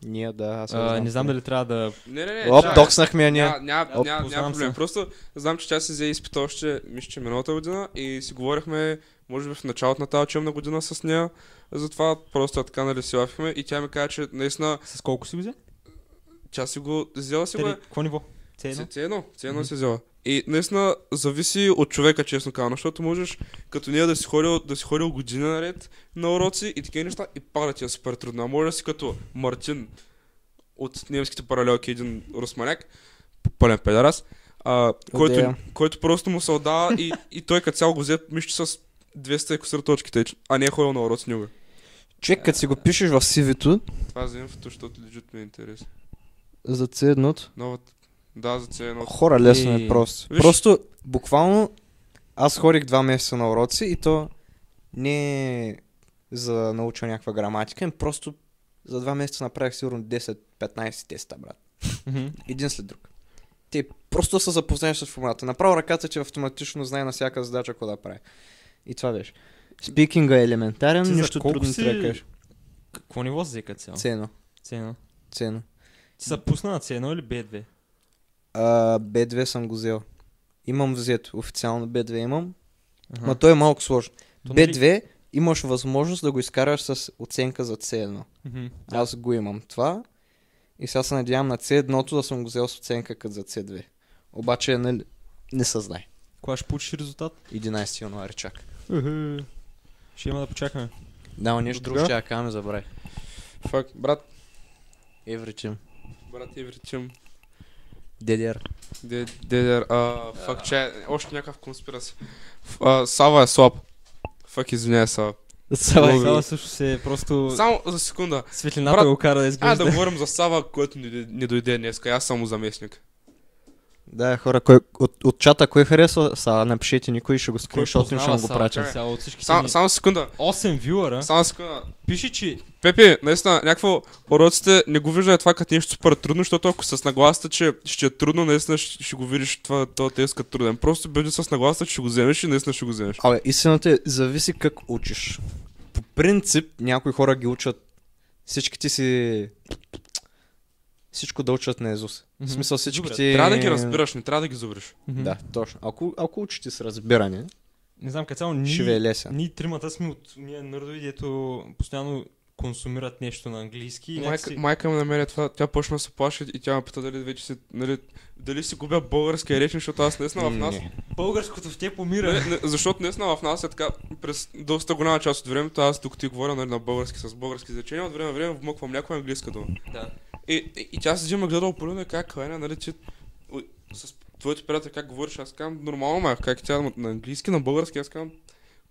Ние, да, аз
а, не знам дали трябва да...
Не, не, не.
Оп,
чакай.
докснахме я
Е,
ние.
Няма ня,
Оп,
ня,
познавам
проблем.
се.
Просто знам, че тя се взе изпит още, мисля, че миналата година и си говорихме, може би в началото на тази учебна година с нея. Затова просто така нали си лафихме и тя ми каза, че наистина
С колко си го взе?
тя си го взела си го
Тери,
е.
какво ниво? Це едно?
Ц- Це едно, це едно си взела. е И наистина зависи от човека, честно казано, защото можеш като нея да си ходил, да си ходил година наред на уроци и такива неща и пак да ти е супер трудно. А може да си като Мартин от немските паралелки, един русманяк, пълен педарас, а, който,
Одея.
който, просто му се отдава и, и той като цяло го взе, мисля, че с 200 и косър точките, а не е ходил на уроци никога.
Човек, като си го пишеш в CV-то,
Това е за инфото, защото лежит ми е интерес.
за C1,
Новата. Да, за це едно.
хора лесно
И-
е просто.
Виж-
Просто, буквално, аз ходих два месеца на уроци и то не е за да науча някаква граматика, им просто за два месеца направих сигурно 10-15 теста, брат.
Мгм.
един след друг. Ти просто се запознаеш с формата. Направо ръката ти е автоматично знае на всяка задача какво да прави. И това беше. Спикинга е елементарен,
Ти за
нищо
колко
трудно не
си-
трябва да кажеш.
Какво ниво взе като цяло?
Цено.
Цено.
Цено.
Ти са пусна на C1 или B2?
А, B2 съм го взел. Имам взето. Официално B2 имам.
Аха.
Ма той е малко сложно.
То нали-
B2 имаш възможност да го изкараш с оценка за C1.
Мгм.
Аз го имам това. И сега се надявам на C1 да съм го взел с оценка като за C2. Обаче, нали, не се знае.
Кога ще получиш резултат?
11 януари чак.
Ще има да почакаме.
Да, но
До
нещо друго
кога?
ще я каме забравих.
Фак, брат,
Евричим.
брат Евричим.
ДДР.
Де- Дедер, а, фак, че още някакъв конспирация. Ф- а, Сава е слаб. Фак, извиняй, Сава.
Сава, Сава също се е просто...
Само за секунда.
Светлината
Брат,
го кара да
А,
изглежда.
да говорим за Сава, който не, не дойде днес. Аз съм му заместник.
Да, хора, кой, от, от чата кой харесва, са, напишете никой, ще го скриншотим, ще му го пратим.
Чакай.
Цяло от всички
Само, само секунда.
8 вюъра.
Само секунда.
Пише, че
Пепи, наистина, някакво уроците не го вижда това като нещо супер трудно, защото ако с нагласата, че ще е трудно, наистина ще, ще го видиш това, този тест като труден. Просто бъди с нагласата, че ще го вземеш и наистина ще го вземеш.
Абе, истината е, зависи как учиш. По принцип, някои хора ги учат, всичките си... Всичко да учат на Езус.
Мгм.
В смисъл всичките...
Добре,
Трябва да ги разбираш, не трябва да ги зубриш.
Да, точно. Ако, ако учите с разбиране,
не знам като цяло
ще ви е
ние,
лесен.
ние тримата сме от ние нърдови, дето постоянно консумират нещо на английски. И
Майка,
някакси...
майка ми намери това, тя почна да се плаши и тя ме пита дали вече си, нали, дали си губя българския речник, защото аз наистина в нас...
Не.
Българското в те помира.
Не, Нали, не, защото наистина в нас е така, през доста голяма част от времето, аз тук ти говоря нали, на български с български изречения, от време на време вмъквам някоя английска дума.
Да.
И, и, и тя седи ме гледа опорено и как, Лена, нали, ти ой, с твоите приятели как говориш, аз казвам нормално, ма, как тя ма, на английски, на български, аз казвам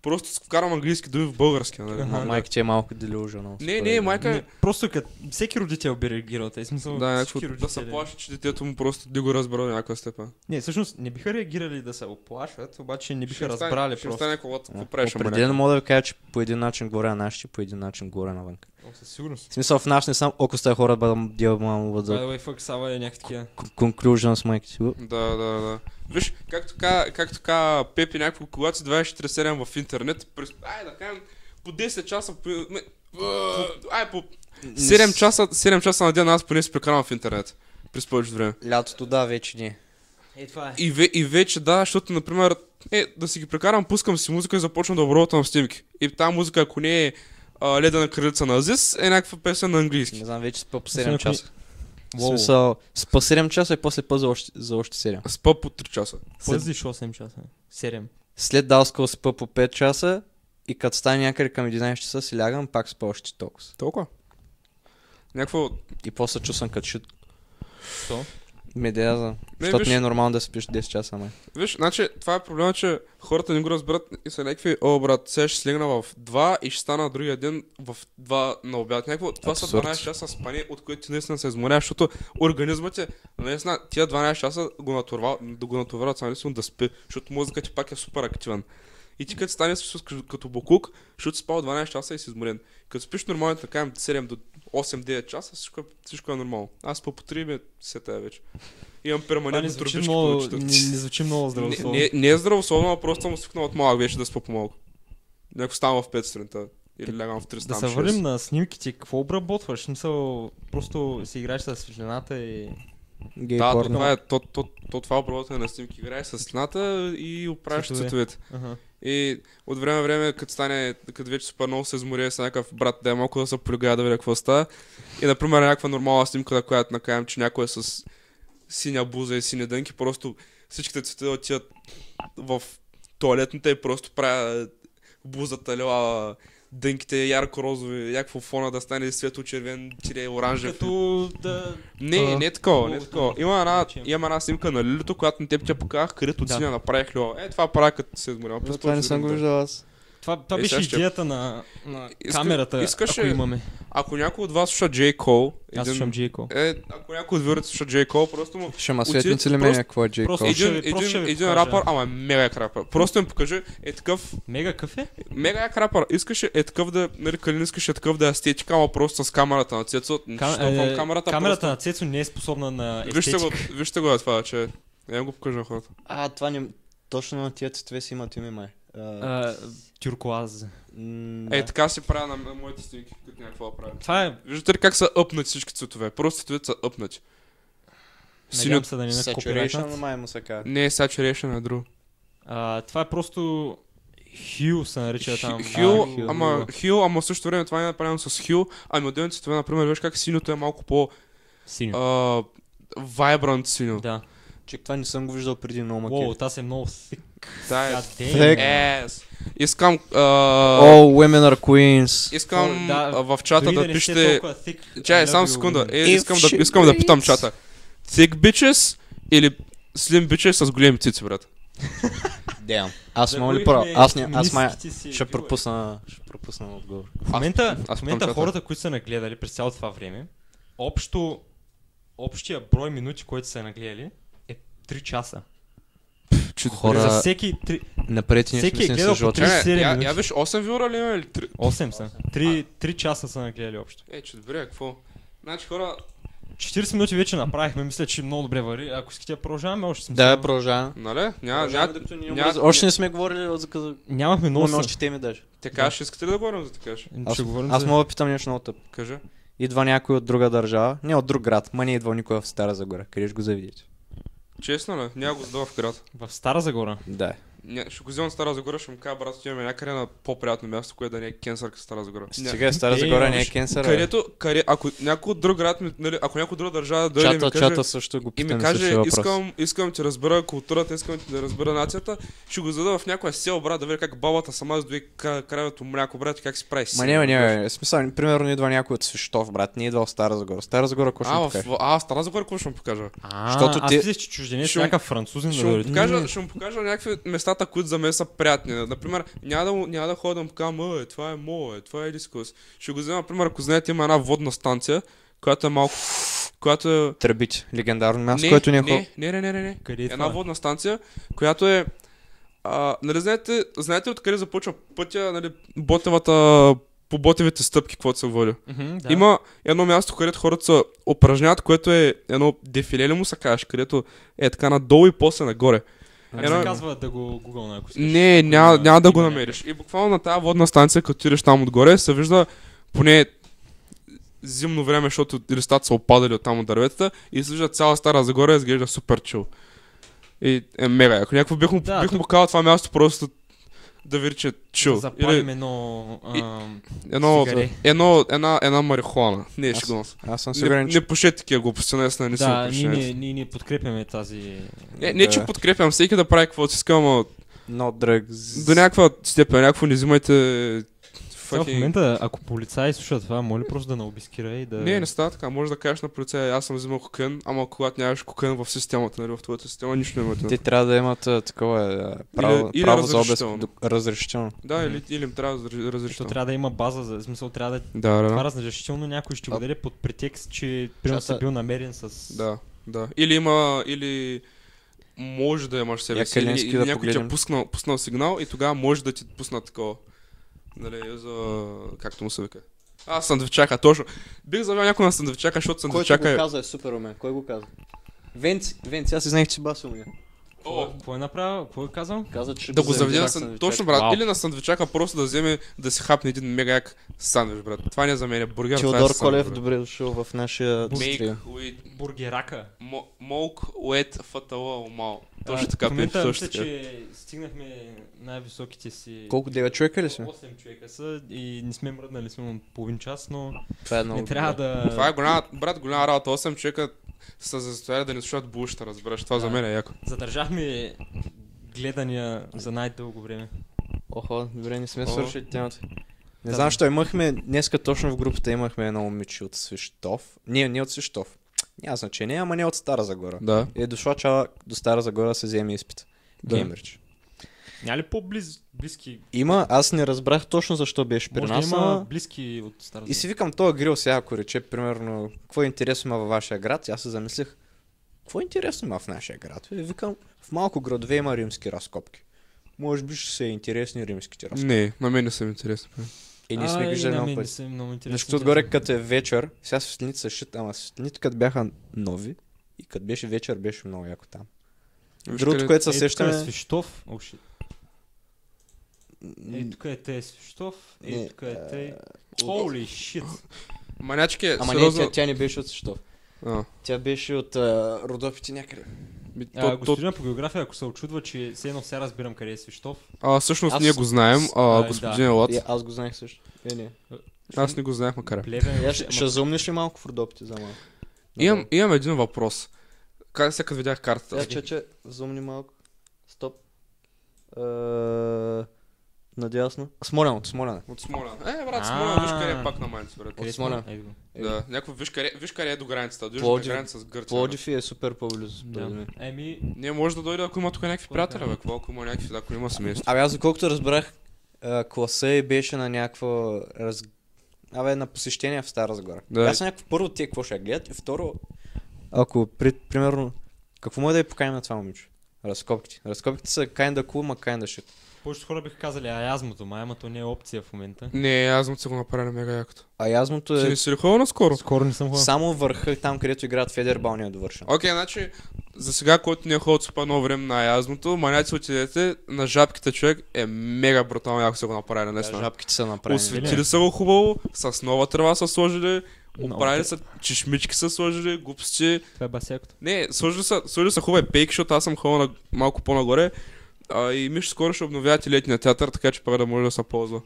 просто с- вкарам английски думи в български, нали.
Аха.
Ма- Майка ти е малко делюжена.
Не, не, майка,
Не, просто като всеки родител би реагирал, тъй смисъл
да,
всички
някакво, да
родители.
се плаши, че детето му просто не го разбира до някаква степен.
Не, всъщност не биха реагирали да се оплашват, обаче не биха
Ще остане-
разбрали
ще
просто.
остане колата, какво правиш, ама
Определено мога да ви кажа, че по един начин горе на нашите, по един начин горе навън.
О, със сигурност.
В смисъл в наш не съм око сте хора, бъдам дел мамо
By the
за
way, fuck, Сава е някакви такива.
conclusion с майка си.
Да, да, да. Виж, както ка, както ка Пепи някакво, когато си 24-7 в интернет, през, ай да кажем, по 10 часа, по, не, по- ай по 7 часа, 7 часа на ден аз поне си прекарвам в интернет. През повечето време.
Лятото да, вече не.
Е, това е.
И, ве, и вече да, защото, например, е, да си ги прекарам, пускам си музика и започвам да обработвам снимки. И тази музика, ако не е а, Леда на кралица на Азис, е някаква песен на английски.
Не знам, вече спа по
Освен
7
ако-
часа. В смисъл, спа 7 часа и после пъза още, за още 7.
Спа по 3 часа.
След,
Пъздиш 8 часа. 7.
след Далскал спа по 5 часа и като стане някъде към 11 часа си лягам, пак спа още толкова.
Толкова. Някакво...
И после чувствам като шут.
Що?
Медеаза.
Не,
Защото
виж-
не е нормално да спиш 10 часа, май.
Виж, значи, това е проблема, че хората не го разбират и са някакви, о, брат, сега ще слегна в 2 и ще стана другия ден в 2 на обяд. Някакво, това
Абсурд.
са 12 часа спане, от които ти наистина се изморяваш, защото организмът ти, наистина, тия 12 часа го, натурва, да го натоварват само да спи, защото мозъкът ти пак е супер активен. И ти като станеш всъщност като- като бокук, защото си спал 12 часа и си изморен. Като спиш нормално, така 7 до 8-9 часа, всичко, е- всичко е нормално. Аз по 3 ме се тая вече. Имам
Това не
перманентно
звучи
труднички
много,
повечето.
не, не звучи много здравословно.
Не, не, не е здравословно, а просто съм свикнал от малък вече да спа по-малко. Някакво ставам в 5 сутринта. Или лягам в 3
Да се върнем на снимките, какво обработваш? В Смисъл, просто си играеш с светлината и...
Гей
Да, то,
порно.
това е, то, то, то, това обработване на снимки. Играеш с сната и оправяш
Цветове.
цветовете.
Ага.
И от време на време, като стане, като вече супер много се изморя с някакъв брат, да е малко да се полюгая да видя какво става. И, например, някаква нормална снимка, на която накаям, че някой е с синя буза и сини дънки, просто всичките цветове отиват в туалетната и просто правя бузата, лела, дънките ярко-розови, някакво фона да стане светло-червен, тире оранжев.
Като да...
Не,
А,
не е такова, не е
много
такова.
трудно.
Има една,
Значи-
има една снимка на Лилито, която на теб тя показах, където от
Да.
синя направих лева. Е, това правя като се изморявам.
За
През
това не съм го
прозореца.
виждал аз.
Това, това
Е,
беше
сега ще-
идеята на, на
Иска-
камерата,
искаше-
ако имаме.
Ако някой от вас слуша Джей Кол,
Аз слушам Джейко.
е, ако някой от върт слуша Джей Кол, просто му...
Ще ма
Отидете
светници ли мен
просто-
какво е Джей
просто
Кол?
ще
Един,
ви- просто ще
един,
ви
един
покажа.
рапър, ама е мега як рапър. Просто им покажи, е такъв,
Мега кафе?
мега як рапър. Искаше е такъв да, нали, Калин искаше такъв да е естетика, ама просто с камерата на Цецо. Кам...
е,
камерата,
камерата на Цецо не е способна на
просто... Вижте
естетика.
го, вижте го е това, че... Я го покажа на хората.
А, това не... Точно на тия цветове си имат име, май. А,
А, тюркоаз.
м,
Е,
да.
така си правя на, на моите снимки, като някакво да правя.
Това е...
Виждате ли как саъпнати всички цветове? Просто цветовете саъпнати.
Надявам
Синьо...
се да не на
Saturation,
копирайтнат.
май му се казва.
Не е Saturation, а е друго.
А, това е просто... Хю се нарича там.
Хил,
да, Хю,
ама Хил, ама в същото време това не е направено с Хил, ами отделните цветове, например, виж как синьото е малко по
Синьо.
а, вайбрант синьо.
Да.
Чек, това не съм го виждал преди много
Уоу,
маки.
тази е много thick.
Да, е.
God
Thick.
damn.
Yes. Искам, а,
О, women are queens.
искам
да,
а, в чата
Дори
да
не сте
пишете...
толкова thick, I
Чай,
love
само
you,
секунда.
woman.
If
Е, искам, да,
she
искам да
breathes.
питам чата. Thick bitches или slim bitches с големи цици, брат?
Damn. Аз мога ли
Загубихме
пора? Аз не, аз май...
феминистките си
Ще
вилове.
пропусна, ще пропусна отговор.
В момента,
аз
в момента
пъмчата.
хората, които са нагледали през цялото това време, общо, общия брой минути, които са нагледали, е 3 часа.
Хора-
За всеки 3...
Напред и ние
Всеки е
сме
гледал по
с живота.
три-
Чай,
37
я,
минути.
я виж 8 вюра ли има или 3?
8 са. 3, 3 часа са нагледали общо.
Е, че добре, какво? Значи хора,
40 минути вече направихме, мисля, че много добре вари. Ако искате да продължаваме, още сме.
Да, продължаваме.
нали? Няма,
Продължаваме,
няма,
докато ни
няма-
омръз- Още не сме говорили за за-
Нямахме много
Имаме
сън.
още теми даже.
Така, ще искате ли да говорим за така? ще?
М,
Аз,
Ще говорим
аз
за...
мога да питам нещо много тъп.
Кажа.
Идва някой от друга държава, не от друг град, ма не е идвал никой в Стара Загора. Къде ще го завидите?
Честно ли? Няма го задава в град.
В Стара Загора.
Да.
Ня- ще го взема в Стара Загора, ще му кажа, брат, отиваме някъде на по-приятно място, което да не е кенсър като Стара Загора. Ня-
Сега Стара
Е,
Загора не е
имаш-
кенсър. бе.
Където, къде, ако някой от друг град, ми, нали, ако някой от друга държава дойде и
Чата,
ми каже,
чата също го
и
питам
ми
същия
каже,
въпрос.
искам, искам ти разбера културата, искам ти да разбера нацията, ще го зада в някоя село, брат, да видя как бабата сама задуе кра- кравето мляко, брат, и как си прави
Ма
сирене,
не, бе, не,
брат.
не, не. Смисъл, примерно идва някой от Свищов, брат, не идва в Стара Загора. Стара Загора, какво ще
А,
му
в,
кажеш?
а, в Стара Загора, какво ще му покажа?
А,
Щото
аз
ти-
мислех, че чужденец
Ще-
ще... някакъв нали, французин да
Ще му,
дойде.
покажа, ще му покажа някакви местата, които за мен са приятни. Например, няма да, му- няма да ходя да му кажа, «Ма, е, това е мое, това е дискус. Ще го взема, например, ако знаете, има една водна станция, която е малко... Която е...
Тръбите. Легендарно място, което не е хубаво.
не, не, не, не, не, не.
Къде е
Една
това?
водна станция, която е... А, нали знаете, знаете откъде започва пътя, нали, Ботевата по ботевите стъпки, каквото се води.
Мгм,
Да. Има едно място, където хората се упражняват, което е едно дефиле ли му се кажеш, където е така надолу и после нагоре.
Как
едно-
се Е, казва да го гугълна, ако искаш?
Не,
Ако
няма,
има
няма да го
име.
намериш. И буквално на тази водна станция, като отидеш там отгоре, се вижда поне зимно време, защото листата са опадали от там от дърветата и се вижда цяла Стара Загора и изглежда супер чил. И е мега. Ако някакво бих му,
Да,
бих
тук-
му казал това място просто да види, че е чил.
Запалим
Или
едно... ам,
едно,
цигаре.
едно, една, една марихуана. Не,
Аз-
ще го
Аз съм
не,
сигурен,
не
че...
пушете такива глупости, наистина не съм
Да, ние
пушенец.
не, ние не подкрепяме тази...
Не, не, че
Да.
подкрепям всеки да прави каквото си иска, ама
No drugs.
до някаква степен, някакво не взимайте
Сега в
fucking-
момента, ако полицаи слушат това, моля просто да не обискира и да...
Не, не става така. Може да кажеш на полицая, аз съм взимал кокаин, ама когато нямаш кокаин в системата, нали, в твоята система, нищо не имате.
Те трябва да имат а, такова а, право,
или
право за обеск...
разрешително.
разрешително.
Да, или, или им трябва да разр-
Защото
разрешително.
трябва да има база, за в смисъл трябва да... е
Да, да,
Това
да.
разрешително някой ще го
А-
даде под претекст, че примерно си
Чата-
бил намерен с...
Да, да. Или има, или може да имаш себе
Я
си, или,
Калински
или
да
някой ти е
погледнем.
пуснал, пуснал сигнал и тогава може да ти пуснат такова. Нали, за... както му се вика. А, сандвичака, точно. Бих завел някой на сандвичака, защото сандвичака е...
каза е супер умен. Кой го каза? Венци, Венци, аз знаех, че бас умен.
О,
Какво е направил? Какво е казал?
Каза, че
Да го заведе на
на
сън... Точно, брат. Или на сандвичака просто да вземе да си хапне един мега як сандвич, брат. Това не е за мен е бургер, това е
Теодор
сандвич,
Колев,
брат.
добре дошъл в нашия
Make
стрия.
with
Бургерака.
mo- milk with fatala mal. Точно така,
в момента
Петя, точно
мисля,
така.
че стигнахме най-високите си...
Колко, девет човека ли сме?
8 човека са и не сме мръднали сме от половин час, но
Това е много
не трябва
добре.
да...
Това е голяма, брат, голяма работа. 8 човека са за затваря да не слушат булща, разбираш. Това за
Да.
мен е яко.
Задържахме гледания за най-дълго време.
Охо, добре, не сме
О.
свършили темата. Не
Да,
знам,
да.
що имахме, днеска точно в групата имахме едно момиче от Свищов. Не, не от Свищов. Няма значение, ама не от Стара Загора.
Да.
Е дошла чала до Стара Загора да се вземе изпит.
Да.
Кембридж.
Няма ли по-близки?
Има, аз не разбрах точно защо беше при
Може
нас.
да има
ама-
близки от Стара
И си викам, този грил сега, ако рече, примерно, какво е интересно има във вашия град, и аз се замислих, какво е интересно има в нашия град? И викам, в малко градове има римски разкопки. Може би ще са интересни римските разкопки.
Не, на мен не са ми интересни. бе.
И ние сме
а,
ги
и на
много
мен
пъти.
не са много интересни.
Защото отгоре, като е вечер, сега светлините са шит, ама светлините като бяха нови и като беше вечер, беше много яко там.
Виж
Другото,
къде-
което се
Е, тук е
сещаме...
Свищов. О, shit. Е,
м,
тук е те Свищов. Е,
Не,
тук е
а,
те... Holy shit.
Манячки е
Ама не,
сериозно...
тя, тя не беше от Свищов.
А,
Тя беше от а, Родопите някъде.
ми,
А,
то- то-
господина по география, ако се очудва, че все едно сега разбирам къде е Свищов.
а, всъщност
Аз-
ние го знаем, а,
а,
господин
да.
Елат.
И аз го знаех също. Е, не.
Аз не го знаех, макар.
Плевен.
Я
ама-
Е, ще, ще заумнеш ли малко в Родопите за малко?
Имам, имам един въпрос. Как сега като видях
Я
картата?
че, че, Е, зумни малко. Стоп. Е, надясно. Смолян, от Смолян.
От Смолян. Е, брат, Смолян, виж къде е
А.
пак на Майнц, брат.
Къде
От
сме?
Смолян.
Ей го.
Е,
Да, някакво виж къде, виж къде е до границата, до южната
Пловдив-
граница с Гърция. брат.
Пловдив е супер по-близо. според
Да.
мен.
Еми,
Не може да дойде, ако има тук някакви
Кой
приятели,
знае?
бе, какво, ако има някакви, ако има семейство.
Абе, аз доколкото разбрах, е, класа и беше на някаква раз... Абе, на посещение в Стара Загора.
Да.
Да. Аз съм някакво първо те какво ще я гледат и второ, ако при, примерно, какво може да я поканим на това момиче? Разкопките. Разкопките са kinda cool, ма kinda shit.
повечето хора биха казали аязмото, май, ама то не е опция в момента.
Не, аз му се го направя на мега якото.
А язмото
Ще
е
не си ли ходил наскоро?
Скоро не съм ходил.
само върха, там където играят Федербал, не е довършен.
Окей, значи, за сега, който не е ходил по едно време на язното, маняци отидете, на жабките човек е мега брутално, ако се го направили,
Да,
наистина.
жабките са направени.
Осветили са го хубаво, с нова тръва са сложили,
Много
оправили
тръ-
са, чешмички са сложили, глупости,
Това е басякото.
Не, сложили са, сложили са хубави пейки, защото аз съм ходил на, малко по-нагоре. А, и Миш скоро ще обновяват и летния театър, така че пак да може да се ползва.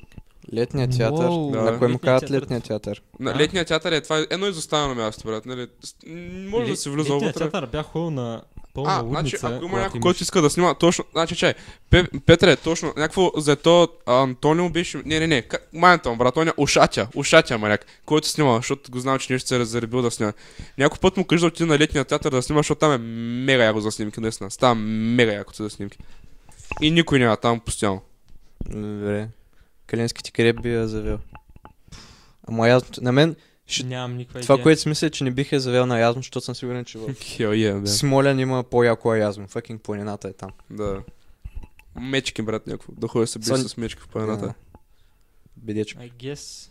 Летния театър.
Уау.
Да.
На кой му
Летният
казват
театър.
летния театър?
На,
А?
летния театър е това едно изоставено място, брат. Нали? С- м, Може да
Ле-
се влиза
летният
вътре.
театър Е, бях ходил на пълна
А,
лудница.
значи, ако има
когато
някой,
имаш-
който иска да снима, точно, значи, чай, Пе, Петре, точно, някакво за то а, Антонио беше, не, не, не, как, Майнтон, брат, он е ушатя, ушатя, маляк, който снима, защото го знам, че нещо се е заребил да снима. Някой път му кажи да отиде на летния театър да снима, защото там е мега яко за снимки, наистина, става мега яко за снимки. И никой няма там постоянно.
Добре. Калински ти къде би я завел? Ама язмото, на мен, ще-
Нямам никаква
това,
идея.
което си мисля, е, че не бих я завел на язмо, защото съм сигурен, че в
Хел, е, бе.
Смолян има по-яко язмо. Факинг планината е там.
Да. Мечки, брат, някакво, да ходи да се бие
Сол-
с мечки в планината.
Да. Бедечко.
I guess.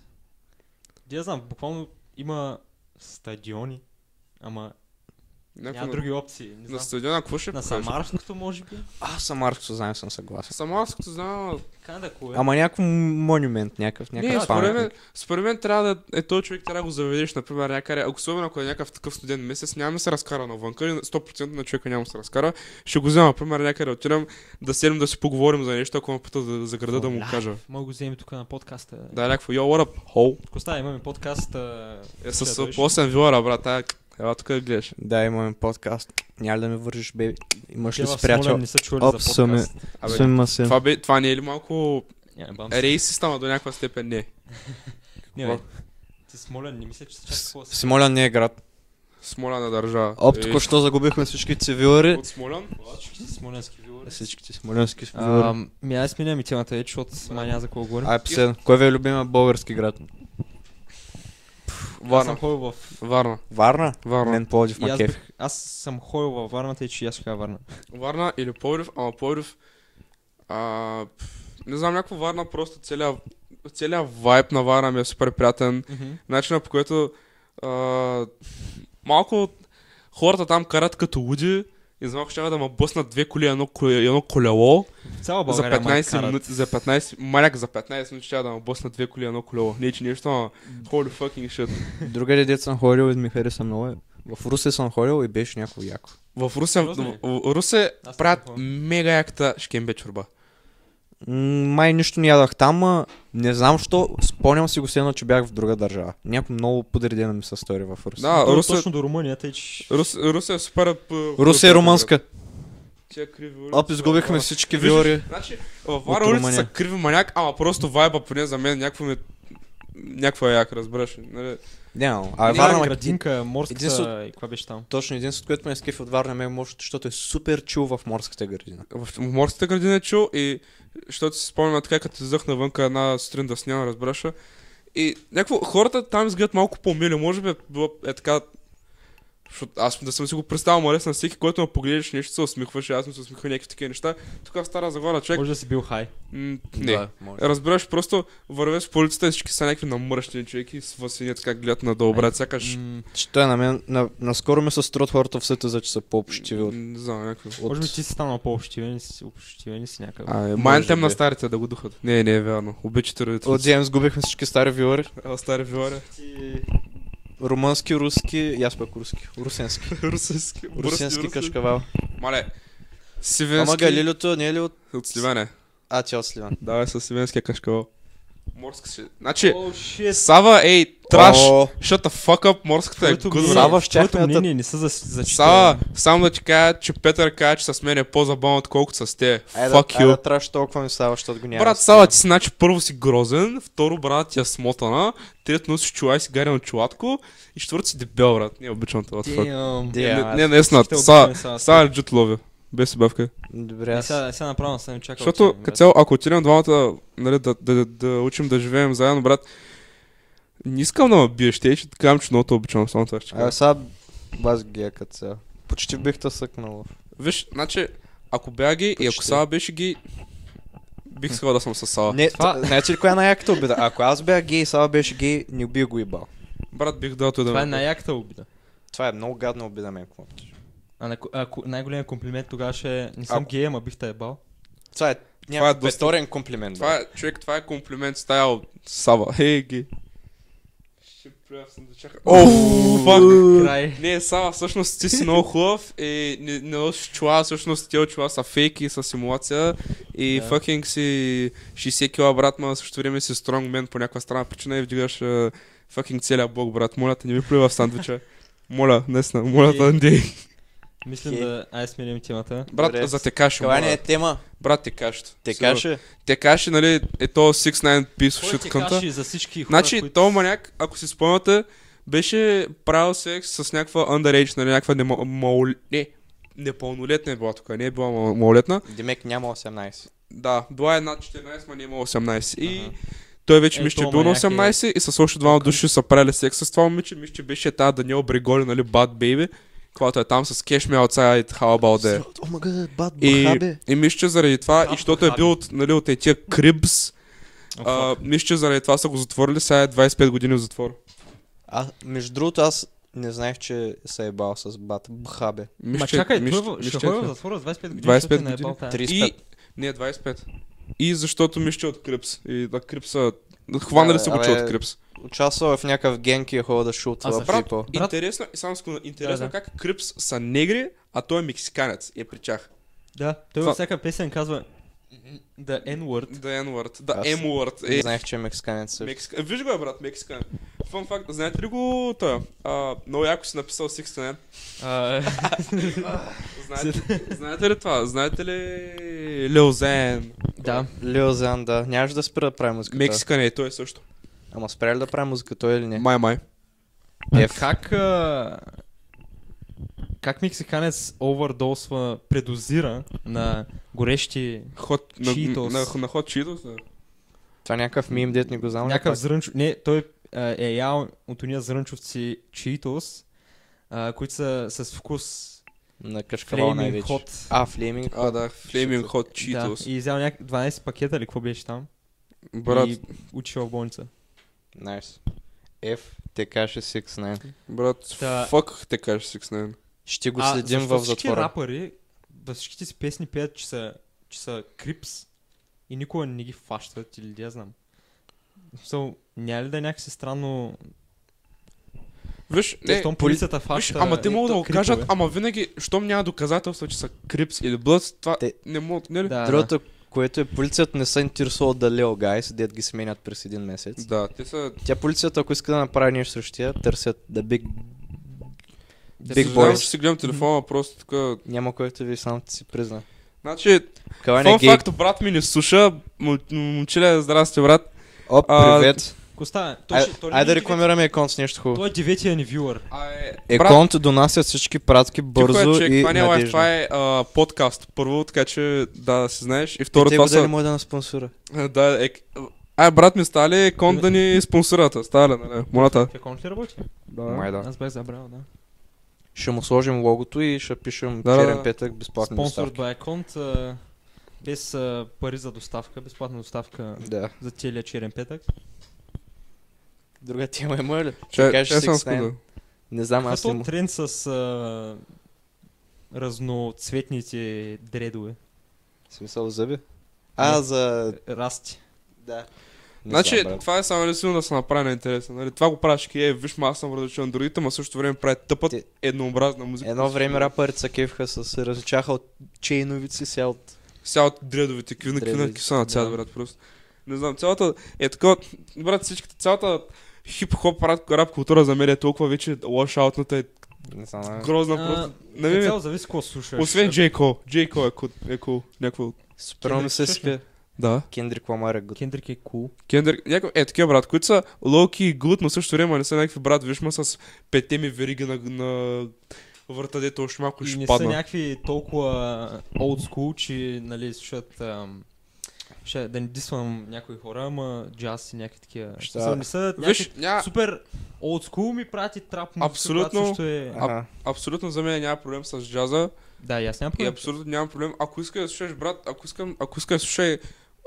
Де я знам, буквално има стадиони, ама
Някой
няма
на-
други опции. Не
На
знам.
стадиона какво ще
На
покажеш?
Самарското, може би?
А, Самарското знае, съм съгласен.
Самарското знам.
Канда, кое?
Ама някакъв монумент, някакъв, някакъв
Не, според мен,
паметник.
според мен трябва да е той човек, трябва да го заведеш, например, някъде. Ако особено ако е някакъв такъв студен месец, няма да се разкара навънка, и 100% на човека няма да се разкара. Ще го взема, например, някъде да отидем да седнем да си поговорим за нещо, ако ме пита за, за града да му
Лайф.
кажа.
Мога го вземем тук на подкаста.
Да, някакво, yo, what up, ho?
Коста, имаме подкаст. а,
Е,
ще
с
дойдеш.
8 вилара, брат, тая, ела тук я гледаш.
Да, имаме подкаст. Няма да ме вържиш, беби. Имаш
Те
ли
в
си
Смолян
приятел?
Не са чули за
Оп, съм е.
подкаст.
Абе,
Съм масен.
това, бе, това не е ли малко
Я не бам се.
рейсист, ама до някаква степен не.
Не, бе. Ти Смолян, не мисля, че са чак
С-
такова. с-
Смолян не е град.
Смоляна държава.
Оп,
Е,
току-що загубихме всичките си вилари.
От Смолян?
Всички Смолянски вилори.
Всичките смолянски си
А,
вилари.
Ми аз сменяме темата вече, защото май няма за кого говорим.
Ай, последно. Кой ви е любима български град?
Аз съм
Варна.
ходил в...
Варна.
Варна?
Варна.
Мен Пловдив
и
ма
Аз,
кефи.
бих- аз съм ходил във Варна, тъй че и аз ще кажа Варна.
Варна или Пловдив, ама Пловдив... А, пф, не знам, някаква Варна, просто целият целия вайб на Варна ми е супер приятен. Начина по който а, малко хората там карат като луди и за малко ще да ме бъснат две коли, едно, коле- едно колело.
В Цяла
За
България май
15
карат.
минути, за 15, маляк за 15 минути ще да ме бъснат две коли, едно колело. Не, че нещо, ама holy fucking shit.
Друга дет съм ходил и ми хареса много. е. В Русе съм ходил и беше някакво яко.
В Русе, в,
Сериозно ли?
в Русе
Аз
правят
такова.
мега якта шкембе чорба.
М, Май нищо не ядах там, а не знам що. Спомням си го все едно, че бях в друга държава. Някакво много подредено ми се стори в Русе.
Да,
Той е
Русе,
Точно до Румъния, тъй че...
Рус, Русе е супер... п-
Русе е румънска.
Тия криви улици
Оп,
са-
изгубихме
Ама,
всички
Виждаш-
вилари.
Значи, във Варна
От
улица са
Румъния.
криви маняк, ама просто вайба поне за мен някакво ми... Някаква е як, разбираш. ли, Нали?
Няма. А
Е,
Варна
Варна,
ма
градинка, морската
Единствено-
и каква беше там.
Точно единството, което ме е скиф от Варна ме е мощ, защото е супер чул в морската градина.
В морската градина е чул и... Защото си спомням така, като издъх навънка една сутрин да сняма, разбираш. ли. И някакво хората там изглеждат малко по-мили, може би е било е така... Защото аз да съм си го представил, морес на всеки, който ме погледнеш нещо се усмихваше, аз му се усмихвах някакви такива неща. Тук в Стара Загора човек...
Може да си бил хай.
М- не.
Да, може.
Разбираш, просто вървеш по улицата и всички са някакви намръщени човеки с въсени така гледат надолу, брат, сякаш...
М,
Ще е на мен, на, наскоро ми се строт хората в Сетеза, че са по-общиви
м,
от...
Не знам, някакви...
Може би
от...
ти си станал по-общивен, и си- общивен и си някъде.
А, е,
Майн
може
тем
би.
на старите да го духат. Не, не е вярно. Обичате
От
родителите.
Земс губихме всички стари вилари.
А, Стари вилари.
Румънски, руски и аз пък руски. Русенски.
Русенски.
Русенски
руси.
кашкавал.
Мале.
Ама
Сивенски.
Галилюто не е ли от...
От Сливане.
А, тя от Сливан.
Давай с сивенския кашкавал. Морска си. Значи,
О, шит!
Сава, ей, траш.
О,
Shut the fuck up, морската е
Твоето мнение-
good.
Сава
твоето
щяхме да те-
мнение не са за- зачитани.
Сава, само да ти кажа, че Петър каза, че с мен е по-забавно, отколкото с те.
Айде,
Fuck you.
айде, траш толкова ми става, защото го няма.
Брат, Сава, ти си, значи, първо си грозен, второ, брат, ти е смотана, трето носиш чула и си гарено чулатко, и четвърто си дебел, брат. Не е обичам това. fuck.
Damn.
Ти,
Е,
а,
Не, не, наистина.
Ще
Сава,
обичаме Сава.
Сава е Джуд Лови. Без бавка.
Добре,
Е,
аз...
Сега сега направо съм чакал.
Защото,
че-
като цяло, ако отидем двамата, нали, да, да, да, да, учим да живеем заедно, брат, не искам да ме биеш, те ще така, че много те обичам, само това ще
Айде,
кажа.
сега баз ги е като сега. Почти бих те съкнал.
Виж, значи, ако бях ги и ако
Почти.
Сава беше ги, бих искал да съм с Сава.
Не,
Това-
т- знаете ли коя е най-яката обида? Ако аз бях гей и Сава беше гей, не би го ебал.
Брат, бих дал той да
Това е
ме-
най-яката обида.
Това е много гадна обида мен, какво
А на- ако- най-големият комплимент тогава ще е, не съм
Ако-
гей, ама бих те ебал.
Това е
някакъв
някакъв вторен комплимент.
Това е, човек, това е комплимент стайл Сава. Хей, ги. Ще приятно съм да чака. О, фак!
Край.
Не, Сава, всъщност ти си много хубав и не, не носиш чула, всъщност тия чула са фейки, са симулация и
Да.
fucking си 60 кила брат, ма в същото време си стронгмен по някаква странна причина и вдигаш а, fucking целия блок брат. Моля те, не ми плюй в сандвича. Моля, наистина,
Е,
моля
Окей.
те, Андрей.
Мислим
Хей.
да... Ай, сменим темата.
Добре.
Брат, за текаши,
Това не е
моля.
тема.
Брат, текаши.
Те каже.
Текаши, нали, е то 6-9
е
piece
Кой
shit
ти
кънта.
каши за всички хора,
Значи,
които...
то маняк, ако си спомняте, беше правил секс с някаква underage, нали, някаква не, мал... не, непълнолетна е била тук, не е била мал- малолетна.
Демек няма 18.
Да, била е над 14, ма не е имала 18. И
Аха.
той вече
Е,
мисля, че
то
е бил на
маняк е-
18 и с още двама души са правили секс с това момиче. Мисля, че беше тази Даниел Бриголи, нали, Bad Baby, когато е там с Cash Me Outside, How About That.
О, мага, бат,
И, и мисля, че заради това, и защото е бил от, нали, от тия Крибс, А, мисля, че заради това са го затворили, сега е 25 години в затвор.
А, между другото, аз не знаех, че се е бал с бат. Бхабе.
Ма
Мисля, че-
чакай,
мисля,
той е в-
мисля,
ще
че
ходи
е.
в затвора с 25 години,
25
защото е наебал
години.
тая.
35.
И... Не, 25. И защото мисля, че е от Крипс. И да, Крипса... Хванали
Абе,
са го, че е
абе,
от Крипс.
Участвал е в някакъв генг и е ходил да
А,
шутва
защо?
пипо.
Брат-
Интересно, и само секунда, интересно
Да,
да, да. как Крипс са негри, а той е мексиканец и е при тях.
Да, той
Това-
във всяка песен казва The N-word.
Да, N-word, да,
Аз-
M-word.
Не
Е,
знаех, че е мексиканец също.
Мексика... Виж го, е, брат, мексикан. Фан факт, знаете ли го той? А, много яко си написал Six to Знаете, знаете ли това? Знаете ли Лил Зен?
Да.
Лил Зан, да. Нямаш да спира да прави музиката.
Мексикан е, той е също.
Ама спря ли да прави музика, той или не?
Май, май.
А
Еф.
как... А... Как мексиканец овердосва, предозира на горещи...
Хот, на,
Cheetos.
на, на, хот Читос, да.
Това е някакъв мим, дет не го знам.
някакъв
Някакъв...
зрънчов... Не, той а, е ял от уния зрънчовци Читос, които са с вкус
На кашкавал
Flaming
е най-вече.
Hot.
А, Флейминг.
А, да, Flaming Hot Cheetos.
Да, и взял някак 12 пакета или какво беше там.
Брат,
И учил в болница.
Найс. Еф, те каже 6
брат,
Та-
fuck те кажеш Six Nine.
Ще го следим
защо
в
Всички
затвора.
рапъри, във всичките си песни пеят, че са, че са крипс и никога не ги фащат или да я знам. So, няма ли да е някакси странно...
Виж, не,
щом полицията
Виж,
фаща...
ама те могат да го
крипове.
кажат, ама винаги, щом няма доказателства, че са Крипс или Блъдс, това
Те-
не могат, нали? не ли?
Да, да.
нали? Другото, което е полицията не се интересува дали е гайс, дед ги сменят през един месец.
Да, те са...
Тя полицията, ако иска да направи нещо срещу тя, търсят да биг...
Те
Big
Съжалявам,
Boys.
че си гледам телефона, просто така...
Няма който ви сам ти си призна.
Значи,
Кален е
фан
гей.
факт, брат ми не слуша, М- м- момчеле, здрасти, брат.
Оп,
А,
привет.
Коста, той
Ай-
ще... той не
Айде
е
да рекламираме Екон с нещо
девети-
хубаво.
Той е деветия ни вюър.
е,
Екон донася всички пратки Е, бързо
човек,
и
това не е лайф,
надежно.
това е а, подкаст. Първо, така че да, да си знаеш. И второ,
Питай
това
го дали
са...
може да нас спонсора.
А, Да, е... Ай, брат ми, става ли кон да ни спонсората? Става ли, нали? Моната.
В Екон ли работи?
Май да.
Аз бях забрал, да.
Ще му сложим логото и ще пишем
Да, да,
черен
да.
петък безплатни
Спонсор
доставки.
by Еконт. а, Без а, пари за доставка, безплатна доставка
Да.
за целия черен петък.
Друга тема е моя ли?
Е,
Ще кажеш
е, съм
6
скуда.
Не знам, аз не
Като
му.
тренд с а, разноцветните дредове.
В Смисъл в зъби? А,
Не.
за...
Расти.
Да. Не
Значи,
знам, брат.
това е само единствено да се направи на интересно. Нали? Това го правиш, ки е, виж, ма, аз съм различен от другите, но също време прави тъпът
Ти-
еднообразна музика.
Едно време рапърите се кефха с... се различаха от чейновици, сега от...
Сега от дредовите, кивна, кивна,
Дредовите,
киса на цялата,
да.
брат, просто. Не знам, цялата е така, брат, всичката, цялата хип-хоп рап, рап култура за мен е толкова вече лошаутната е
Не знам,
грозна
А,
просто. Не ми- е-
Не, цяло зависи какво слушаш.
Освен Джей Кол. Джей Кол е кул, е кул, някакво.
Сперо ми се
Кендрик
спи.
Да.
Кендрик Ламар е гуд.
Кендрик е кул.
Кендър, някакво, е такива брат, които са локи и гуд, но също време не са някакви брат, виж ма с петте ми вериги на, на врата, дето още малко
И
ще
не са
падна.
някакви толкова old school, че нали слушат... ам, Ще, да не дисвам някои хора, ама джаз и някакви такива.
Ще-
Ще не са
Виж,
някакви...
ня...
Супер old school ми прати трап музика,
Абсолютно.
която също е...
Ага.
абсолютно за мен няма проблем с джаза
Да, и аз нямам
и
проблем.
абсолютно няма проблем. Ако искаш да слушаш, брат, ако искам, ако искаш да слушай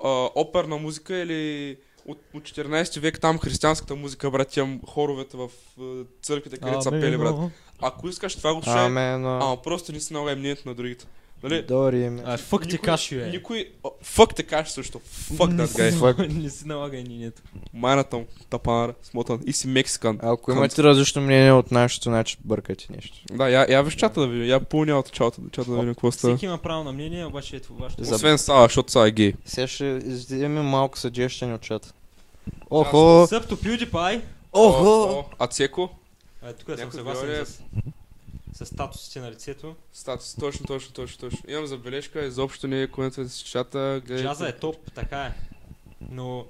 а, оперна музика или от, от 14 век там християнската музика, брат, тя хоровете в а, църквите, където са пели, брат. Ако искаш това го слушай,
Амено.
ама просто не си много мнението на другите. Нали?
Дори име.
А, фък ти
Никой-
каши, е.
Никой... О, Фък те каш също. Фък
Не
that
си
guy.
налага- Не си налага и нието.
Майната му, тапанар, смотан. И си мексикан.
Ако
Кон-
имате различно мнение от нашето, значи бъркате нещо.
Да, я, я виж чата да видим. Я пълня от чата, чата да видим какво става.
Всеки има право на мнение, обаче е ето вашето.
За-
Освен Сава, защото Сава е гей.
Сега ще издадем малко съджещане от чата.
Охо!
Охо!
Съп to PewDiePie.
Охо!
А Цеко?
А, тук съм
Някой
съгласен
говори.
с, с статусите на лицето.
Статус, точно, точно, точно, точно. Имам забележка, изобщо не е коментът с чата. Гледай,
Джаза е топ, така е. Но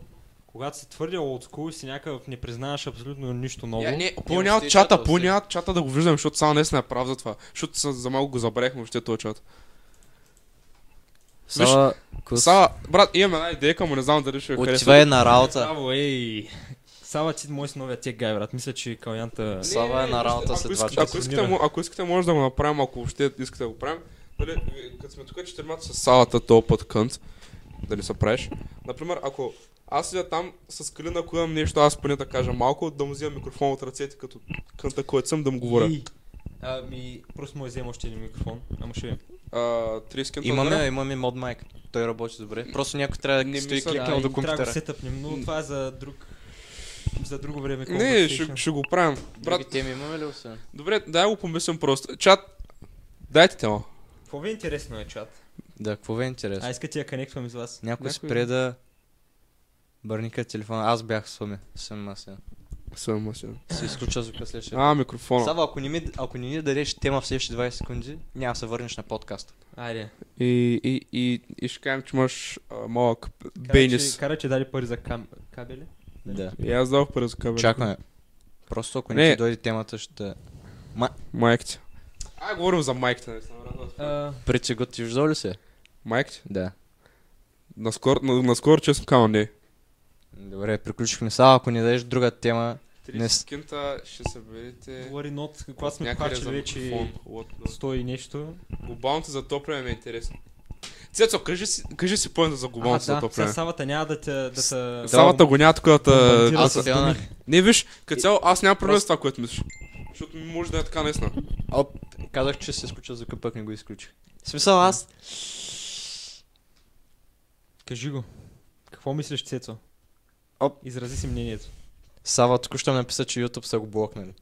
когато си твърде олдскул и си някакъв не признаваш абсолютно нищо ново.
Я, не,
Имам
пълня
си
от
чата,
чата, пълня от чата да го виждам, защото Сава наистина е прав за това. Защото са- за малко го забравихме въобще този чат.
Сава, кус.
Сава, брат, имам една идея, но не знам дали ще я хареса.
Отивай е на работа.
Браво, ей! Сава ти мой с новия тег гай, брат. Мисля, че калянта...
Не, Сава е на
вижте,
работа
ако
след
искате-
два
Ако
часа.
искате, мо- ако искате, може да го направим, ако въобще искате да го правим. Нали, Дали, като сме тук четиримата с салата, този път кънт, да не се правиш. Например, ако Аз седя там с Калина, ако имам нещо, аз поне да кажа малко, да му взема микрофон от ръцете, като кънта, който съм, да му говоря.
И- Ами, просто му взема още един микрофон. Ама ще видим.
А, Трискин,
Имаме, имаме мод майк. Той работи добре. Просто някой трябва
Не
да стои
мисля, да,
кликнал
и
и Трябва
до
да го
компютъра.
сетъпнем, но това е за друг... За друго време. колко
Не,
ще
ще,
ще-
ще го правим.
Други
Брат,
теми имаме ли освен?
добре, дай го помислям просто. Чат, дайте тема.
Какво ви е интересно е чат?
Да, какво ви
А
е интересно?
искате да конектвам из вас?
Някой
някой-
спре да бърника телефона. Аз бях с Суми. Съм масен.
Съм масен.
Се изключа звука след ще.
А, микрофона.
Сава, ако не, ми, ако не ни дадеш тема в следващите 20 секунди, няма да се върнеш на подкаста.
Айде.
И, и, и, и ще кажем, че имаш а, малък
Кара, че-
бенис.
Кара, че дали пари за кам... кабели.
Да.
И аз дадох пари за кабел.
Чакаме. Просто ако
Не.
не ти дойде темата, ще...
Майките. А, говорим за майките, нали, наистина, брат.
А,
Причи го ти виждал ли се?
Майките?
Да.
Наскоро, на- наскоро честно казвам, не.
Добре, приключихме. Сава, ако ни дадеш друга тема, Не с-
Трискинта ще се берете.
говори нот, каква
Е. от
сме
някъде за
похарчили вече
микрофон. От-
100 и нещо.
Глобалното затопляне ме е интересно. Цецо, кажи си, кажи си поинта за
А,
глобалното
да, сега
затопляне.
савата няма да те... Да те...
Самата го няма такова... та-
Бомбардира.
Аз
се
се филнах.
Не, виж, като цяло аз нямам проблем с това, което мислиш. Защото може да е така наистина.
Оп, казах, че се изключа звука, пък не го изключих. В смисъл аз...
Кажи го. Какво мислиш, Цецо?
Оп.
Изрази си мнението.
Сава току-що ми написа, че YouTube са го блокнали.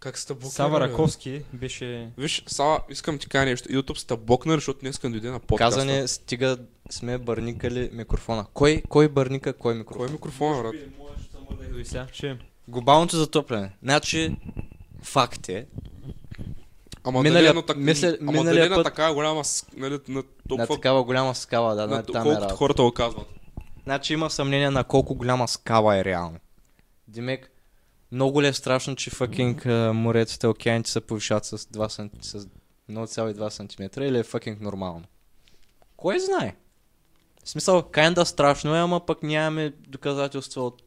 Как сте блокирали?
Сава
бе?
Раковски беше...
Виж, Сава, искам ти кажа нещо. YouTube сте блокнали, защото не искам да дойде на подкаста.
Казане, стига сме бърникали микрофона. Кой, кой бърника, кой микрофон?
Кой е микрофона, брат?
Дойди сега, ще...
Глобалното затопляне. Значи, факт е,
Ама
Миналия-
дали е на, так...
мисля-
ама
миналия
дали е на
път-
така голяма... с- Нали, на
на
толкова...
такава голяма скала, да,
на,
на,
тол-
там е
колкото
работа.
хората го казват.
Значи има съмнение на колко голяма скала е реално. Димек, много ли е страшно, че факинг а, морецата, океаните се повишават с, 2 см, с 0,2 см или е факинг нормално? Кой знае? В смисъл, кайнда страшно е, ама пък нямаме доказателства от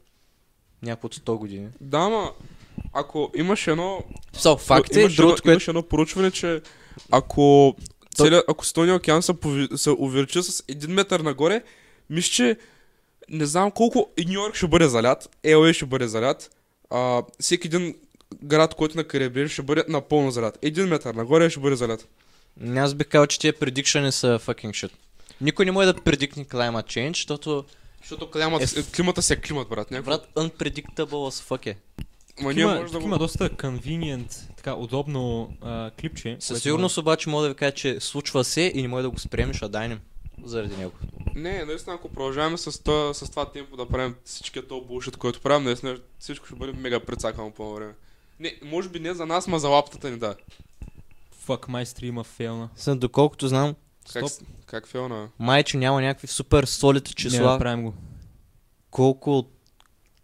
някакво от 100 години.
Да, ама... Ако имаш едно...
So, факт е,
имаш
другото,
едно,
което...
Имаш едно поручване, че ако...
То-
Целият, ако Стония океан се, пови- се увеличи с 1 метър нагоре, мисля, че не знам колко и Нью Йорк ще бъде залят, ЛА ще бъде залят, а, всеки един град, който е на Карибир ще бъде напълно залят. Един метър нагоре ще бъде залят.
Не, Аз бих казал, че тия предикшени са fucking shit. Никой не може да предикне climate change, защото
Защото климата,
Е,
е, климата се е климат, брат. Някакво.
брат unpredictable as fuck е.
Ма ние
Има,
може да го...
има доста convenient, така удобно а, клипче.
Със
което
сигурност обаче мога да ви кажа, че случва се и не може да го спрем, ще дайнем заради него.
Не, наистина, ако продължаваме с, това, с това темпо да правим всичкия този булшит, който правим, наистина всичко ще бъде мега прецакано по едно време. Не, може би не за нас, ма за лаптата ни, да.
Може... Fuck, май стрима фейлна.
Съм, доколкото знам,
Как,
Стоп.
как филна?
май, че няма някакви супер солид
Не,
числа,
направим го.
колко,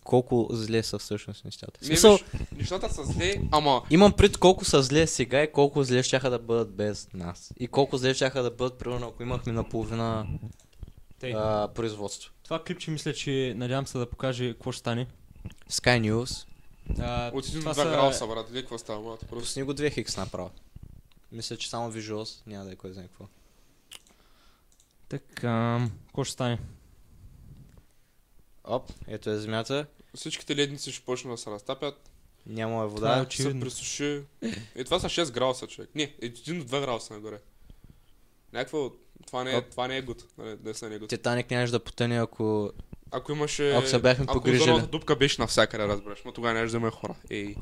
колко зле са всъщност нещата. В
Не,
смисъл,
виж, нещата са зле, ама
имам пред колко са зле сега и колко зле щяха да бъдат без нас. И колко зле щяха да бъдат, примерно, ако имахме наполовина
Тъй.
а, производство.
Това клипче мисля, че надявам се да покаже какво ще стане.
Sky News,
А,
от един
това
до два градуса, брат, или какво става, брат, просто.
пусни го 2 х направо. Мисля, че само Visuals няма да е кой знае какво.
Така, какво ще стане?
Оп, ето е земята,
Всичките ледници ще почнат да се разтапят,
няма
Това
е
е
вода.
от-
ще се
Очевидно.
пресуши. И това са 6 градуса, човек. Не, е един до 2 градуса нагоре. Някакво, това не е,
Оп.
това не е гуд. Нали, десна не е гуд.
Титаник нямаше да потъне, ако
Ако имаше...
Ако се бяхме погрижили.
Ако дупка беше навсякъде, разбираш, но тогава нямаше да има хора. Ей.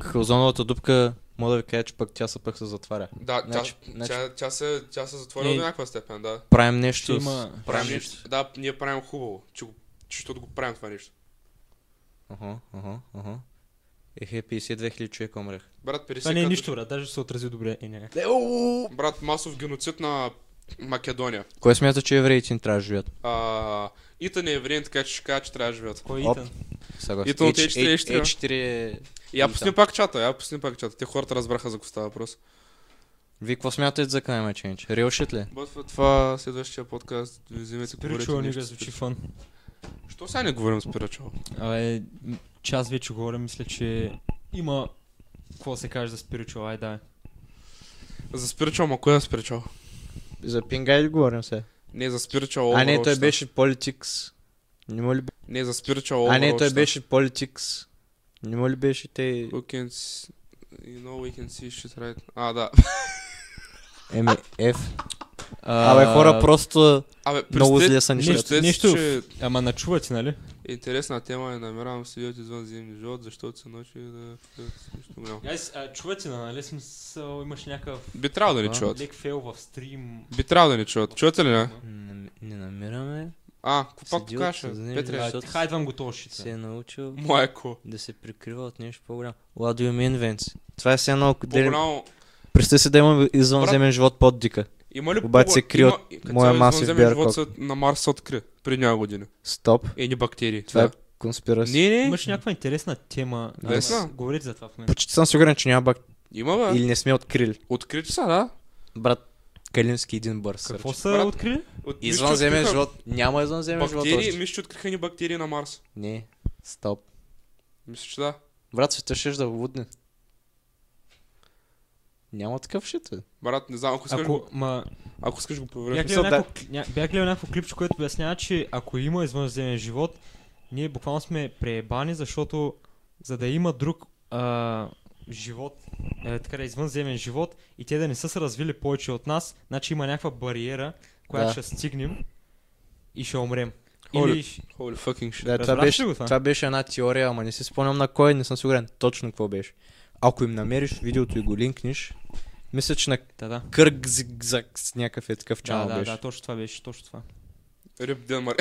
Хълзоновата дупка, мога да ви кажа, че пък тя се пък се затваря.
Да,
Значи-
тя,
значи-
Тя, тя, се, тя се затвори
Е.
до някаква степен, да.
Правим нещо.
Ще
с-
има...
Правим нещо. Да, ние правим хубаво, че го, че защото го правим това нещо.
Ага, ага, ага. Ехе, 52 000 човека умрях.
Брат,
Това
пересекат...
не е нищо, брат. Даже се отрази добре. Е, не.
Брат, масов геноцид на Македония.
Кой смята, че евреите не трябва да живеят?
А, Итан е евреин, така че ще кажа, че трябва да живеят.
Кой е
Оп.
Итан?
Съгласен.
И то от H4 ще трябва.
H4 е...
Я
Итан.
пусни пак чата, я пусни пак чата. Те хората разбраха за какво става въпрос.
Вие какво смятате за Climate Change? Real shit ли?
Бъдва това следващия подкаст, ви вземете
Спиричуал ни звучи фън.
Що сега не говорим с Пирачо?
Абе, м, че аз е, вече говоря, мисля, че има какво да се каже за спиричуал, ай да.
За Спирачо, ма кой е Спирачо?
За пингай ли говорим се?
Не, за Спирачо.
А не, той беше Politics Не му ли... бе-
Не, за spiritual
А, не,
overall
той
чета.
беше politics. Не му ли беше те...
Who can s- You know we can see shit right. А, да.
Еми, F. Абе, хора, просто
Абе,
много
представете-
зле са
Нищо.
нещата.
представете си,
Нищо.
че
Ама начува ти, нали?
интересна тема е намирам студиот извън земни живот, защото се научих да... Нищо голямо.
Чува ти, нали? Смисъл, имаш някакъв
Би трябвало да ни
А?
чуват.
фейл в стрим.
Би трябвало да ни чуват. Чувате ли не?
Не, не намираме.
А, какво пак
Седи
го
от
кажа?
съзнание,
Петре.
да.
Хайде,
Защото-
хайдвам го този шит.
Се е научил
Майко.
да се прикрива от нещо по-голямо. What do you mean, Венци? Това е все едно, ако дели...
По-голямо...
Представи си да имам извънземен живот под дика.
Има ли
Обаче се
по-гол-
крие
има-
от
като
моя
цяло
масив
извънземен
бяр
живот са- на Марс се откри преди няколко години.
Стоп.
Едни бактерии.
Това е
Да.
конспирация.
Не, не.
Имаш някаква интересна тема.
Интересна?
Ама, Говорите за това в момента.
Почти съм сигурен, че няма бак...
Има, бе.
Или не сме открили.
Открити са, да.
Брат, Калински един бърз.
Какво
сърчи.
са
Брат,
открили?
От- мисля, че
Извънземен
откриха
живот. Няма извънземен живот.
Бактерии,
още.
мисля, че откриха ни бактерии на Марс.
Не. Стоп.
Мисля, че да.
Брат, света ще е да лудне. Няма такъв шит, бе.
Брат, не знам, ако искаш
Ако,
го,
ма,
ако искаш го проверя.
бях гледал
Мисъл, да.
някакво, ня- бях гледал някакво клипче, което обяснява, че ако има извънземен живот, ние буквално сме преебани, защото за да има друг а, живот, е, така да, извънземен живот и те да не са се развили повече от нас, значи има някаква бариера, която
Да.
ще стигнем и ще умрем.
Холи.
Или ще-
Holy fucking shit.
Да, това
Разбраш ли
беше,
го това?
това беше една теория, ама не си спомням на кой, не съм сигурен точно какво беше. Ако им намериш видеото и го линкнеш, мисля, че на
Да, да.
Кърг Зигзаг с някакъв е такъв
Да,
чанал
да,
беше.
да, точно това беше, точно това.
Рип Ден Мари.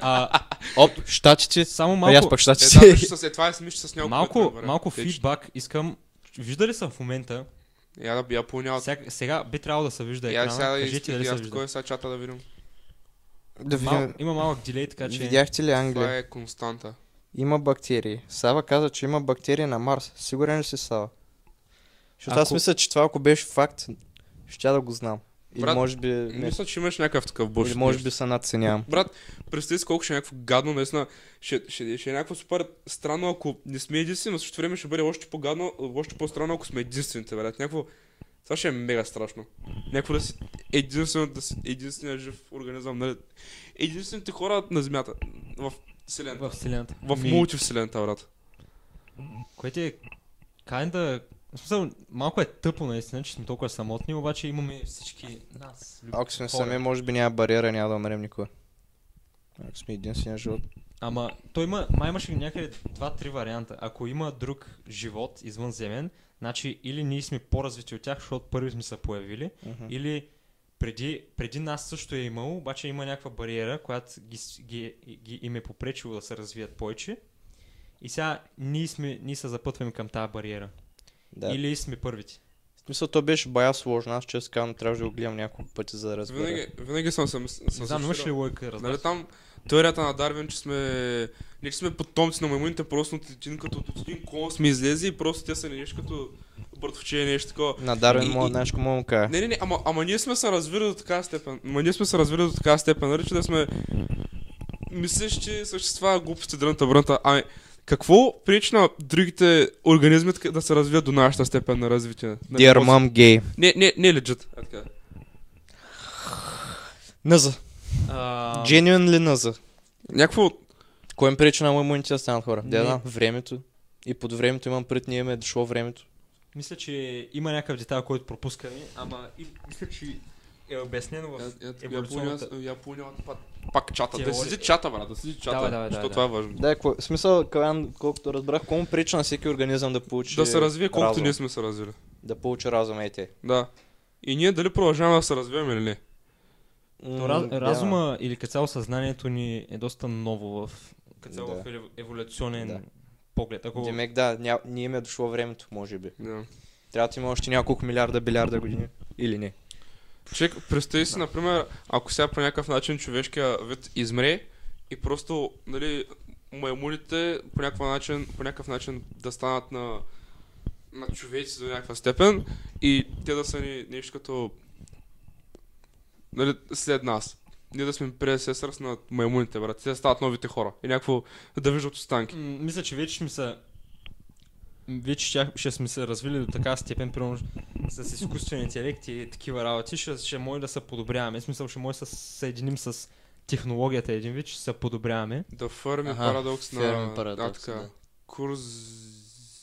А,
Оп, щатите,
само
а аз
малко,
пък
Е, да,
щатите.
мисля, с- е, това е смиш с няколко. пъти,
малко,
бе, брат.
малко
Тъй, че-
фидбак искам. Вижда ли съм в момента?
Я да бия понял.
Сега, сега би трябвало да се вижда
Я
екрана.
сега
Кажете нали,
исках
дали
и
се
аз
вижда.
такова сега чата да видим.
Да
Мал, има малък дилей, така че...
Видяхте ли
Това е константа.
Има бактерии. Сава каза, че има бактерии на Марс. Сигурен ли си Сава? Защото аз
Ако-
мисля, че това ако беше факт, ще да го знам. Или
Брат,
може би, не.
Мисля, че имаш някакъв такъв буш.
Или може би се надценявам.
Брат, представи си колко ще е някакво гадно, наистина. Ще, ще, ще е някакво супер странно, ако не сме единствени, но също време ще бъде още по-гадно, още по-странно, ако сме единствените, брат. Някакво... Това ще е мега страшно. Някакво да си единствено, да си единствения жив организъм, нали? Единствените хора на Земята, в Вселената.
В вселената.
В, в
Ми,
мултивселената, брат.
Което е... Кайнда... В смисъл, малко е тъпо наистина, че сме толкова самотни, обаче имаме всички нас. люб-
Ако сме
хора.
сами, може би няма бариера, няма да умрем никога. Ако сме единствения живот.
Ама той има, май имаше някъде два-три варианта. Ако има друг живот извънземен, значи или ние сме по-развити от тях, защото първи сме се появили,
Мгм.
или преди, преди нас също е имало, обаче има някаква бариера, която ги, с- ги, ги им е попречило да се развият повече. И сега ние, сме, ние се запътваме към тази бариера.
Да.
Или сме първите.
В смисъл, то беше бая сложно. Аз често казвам, трябваше да го гледам няколко пъти, за да разбера.
Винаги, винаги съм съм, съм
Не знам, имаш ли
асоциирал.
лойка, разбира
Нали там теорията на Дарвин, че сме... Не, че сме потомци на маймуните, просто от един, като от един клон сме излезли и просто те са ни нещо като бъртовче, нещо такова.
На
И-
Дарвин му,
и-
знаеш, какво му кажа.
Не, не, не, ама, ама ние сме се развили до така степен. Ама ние сме се развили до така степен, нали, че да сме мислиш, че съществува глупости дрънта брънта. Ами, какво причина на другите организми така да се развият до нашата степен на развитие? Нали,
Dear
просто-
mom gay.
Не, не, не е legit. А, така.
Наза.
А,
Genuinely наза.
Някакво...
Кой им пречи на маймуните да станат хора? Да,
Не.
да, времето. И под времето имам пред, ние ме е дошло времето.
Мисля, че има някакъв детайл, който пропускаме, ама и, мисля, че е обяснено в... еволюционната-
Я понял, пак чата. Да
Теория.
седи чата, брат, да седи
Давай,
чата.
давай,
Защото
давай,
това е важно.
Да, какво, в смисъл, Калян, колкото разбрах, какво му пречи на всеки организъм да получи
Да се развие колкото е
разум?
ние сме се развили.
Да получи разум, ей те.
Да. И ние дали продължаваме да се развиваме или не?
Но раз, разума или като цяло съзнанието ни е доста ново в, като цяло
Да.
в ев- еволюционен
Да.
поглед. Ако...
Демек, да, ня... ние ме е дошло времето, може би.
Да.
Трябва да има още няколко милиарда, билиарда години. Или не.
Човек, представи си, например, ако сега по някакъв начин човешкия вид измре и просто, нали, маймуните по, някаква начин, по някакъв начин да станат на, на човеци до някаква степен и те да са ни нещо като нали, след нас. Ние да сме предсесърс на маймуните, брат. Те да стават новите хора. И някакво да виждат останки.
М, Мисля, че вече сме са... Вече ще, ще сме се развили до така степен, примерно с изкуствен интелект и такива работи, ще, ще може да се подобряваме. В смисъл, ще може да се съединим с технологията един вид, ще се подобряваме.
Да фърми
Аха,
парадокс на...
ферми
да,
парадокс,
така.
да.